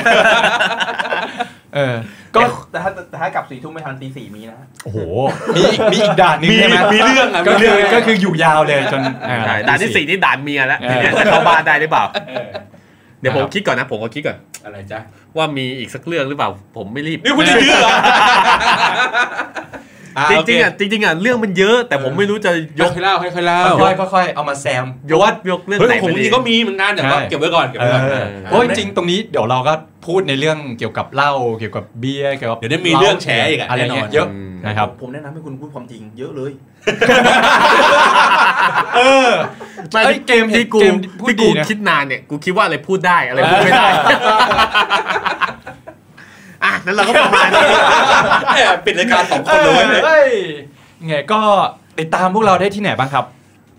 B: เออ ก็
F: ก็แต่ถ้าแต่ถ้ากลับสี่ทุ่มไม่ทันตีสี่มีนะ
B: โอ้โห มีอีกมีอีกด่านหนึง
A: มี
B: ใช่ไหม
A: มีเรื่องอะ
B: ก็
A: มี
B: คื
A: เรื่
B: อ
A: อง
B: ก็คืออยู่ยาวเลยจนอ่
C: ใช่ด่านที่สี่นี่ด่านเมียแล้วทีเนี้ยจะเข้าบ้านได้หรือเปล่า เดี๋ยวผมคิดก่อนนะ ผมก็คิดก่อน
A: อะไรจ๊ะ
C: ว่ามีอีกสักเรื่องหรือเปล่า ผมไม่รีบ
A: นี่คุณจะยื้อเหรอ
C: จริงๆอ่ะจริงๆอ่ะเรื่องมันเยอะ แต่ผมไม่รู้จะย
A: ย
C: ก
A: กให้เล่าให้ค่อยเล่า
B: ค่อยๆค่อยๆเอามาแซม
C: ยก
B: ว่า
C: ยกเรื่อง
A: เฮ้ย
C: ไหน
A: ผม
C: ไปดี
A: นี่ก็มีเหมือนกันแต่ว่า
B: ใช่
A: เก็บไว้ก่อนเก็บ
B: เอ
A: ไว้ก่อน
B: อเพราะจริงๆตรงนี้เดี๋ยวเราก็พูดในเรื่องเกี่ยวกับเหล้าเกี่ยวกับเบียร์เกี่ยวกับ
A: เดี๋ยวได้มีเรื่องแฉอีกอะ
B: อะไร
A: แน่นอน
B: เงี้ยเยอะ
C: ม
B: นะครับ
F: ผมแนะนำให้คุณพูดความจริงเยอะเลย
B: เออ
C: ไม่
B: เอ้ยเกม
C: ที่กู
B: เกมพูด
C: ที่กู
B: ดีนะ
C: คิดนานเนี่ยกูคิดว่าอะไรพูดได้อะไรพูดไม่ได้อ่ะนั้นเราก็ประมาณนี้
A: แอบปิดรายการสองคนเลย
B: เอ้ยไงก็ติดตามพวกเราได้ที่ไหนบ้างครับ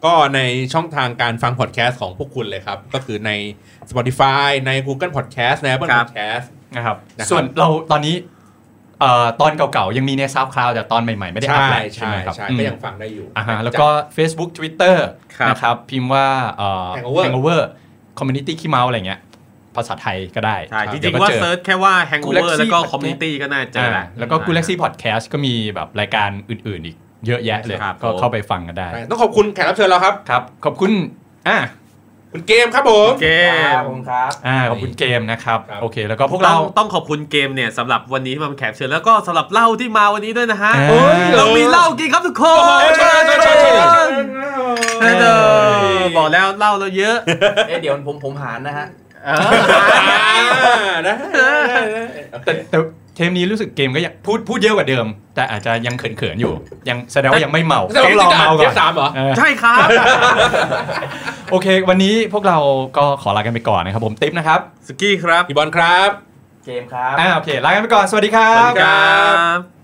A: ก็ในช่องทางการฟังพอดแคสต์ของพวกคุณเลยครับ ก็คือใน Spotify ใน Google Podcast ใน Apple
C: ครับ
A: Podcast
B: นะครับ
A: นะครับ
B: ส่วนเราตอนนี้เอ่อตอนเก่าๆ ยังมีในซาวคลาวแต่ตอนใหม่ๆ ไม่ได้อัพ
A: ใช่
B: แล้ว
A: ใช่
B: ไหมครับ
A: ใช่
B: อืม
A: ก็ยังฟังได้อยู่
B: อ่าฮะแล้วก็ Facebook Twitter
C: ครับ
B: นะครับ พิมพ์ว่าเอ่อ
A: Hangover
B: Hangover Community ขี้เมาอะไรเงี้ย ภาษาไทยก็ได้
C: ใช่ จ
B: เดี๋
C: ริ
B: ย
C: งๆว่า
B: ก็จอ
C: เซิร์ชแค่ว่า
B: Galaxy
C: hangover แล้วก็
B: Podcast
C: community ก็น่าเจอละ
B: าแล้วก็ g ู l ล็กซี่พอดแคสต์ก็มีแบบรายการอื่นๆ อีกเยอะแยะเลย
C: ครับ
B: ก็
C: ผม
B: เข้าไปฟังกันได้
A: ใช่ต้องขอบคุณแขกรับเชิญเราครับ
B: ครับ ขอบคุณอ่า
A: คุณเกมครับผม
C: โอเค
F: ครับผมครับ
B: อ่าขอบคุณเกมนะครับ โอเค แล้วก็พ
C: พ
B: ว
C: ว
B: ก
C: ก
B: เรา
C: เราต้องขอบคุณเกมเนี่ยสำหรับวันนี้ที่มาเป็นแขกเชิญแล้วก็สำหรับเหล้าที่มาวันนี้ด้วยนะฮะ
B: อ่า
C: โอ้ยเรามีเหล้ากินครับทุกคนเออบอกแล้วเหล้าเราเยอะ
F: เอ๊ะเดี๋ยวผมผมหารนะฮะ
C: เออ
A: อ่านะ
B: แต่แต่เทปนี้รู้สึกเกมก็ยังพูดพูดเยอะกว่าเดิม แต่อาจจะยังเขินๆอยู่ ยังแสดงว่ายังไม่เมา
A: แต่
B: ต้องรอเมาก่
A: เท
B: อ
A: ป
B: น
A: สามเหรอ
B: เออ
C: ใช่ครับ
B: โอเค วันนี้พวกเราก็ขอลากันไปก่อนนะครับผมติ๊บนะครับ
C: สกี้ครับ
A: พี่บอลครับ
F: เกมครับ
B: อ่าโอเคลากันไปก่อนสวัสดีครับ
C: สวัสดีครับ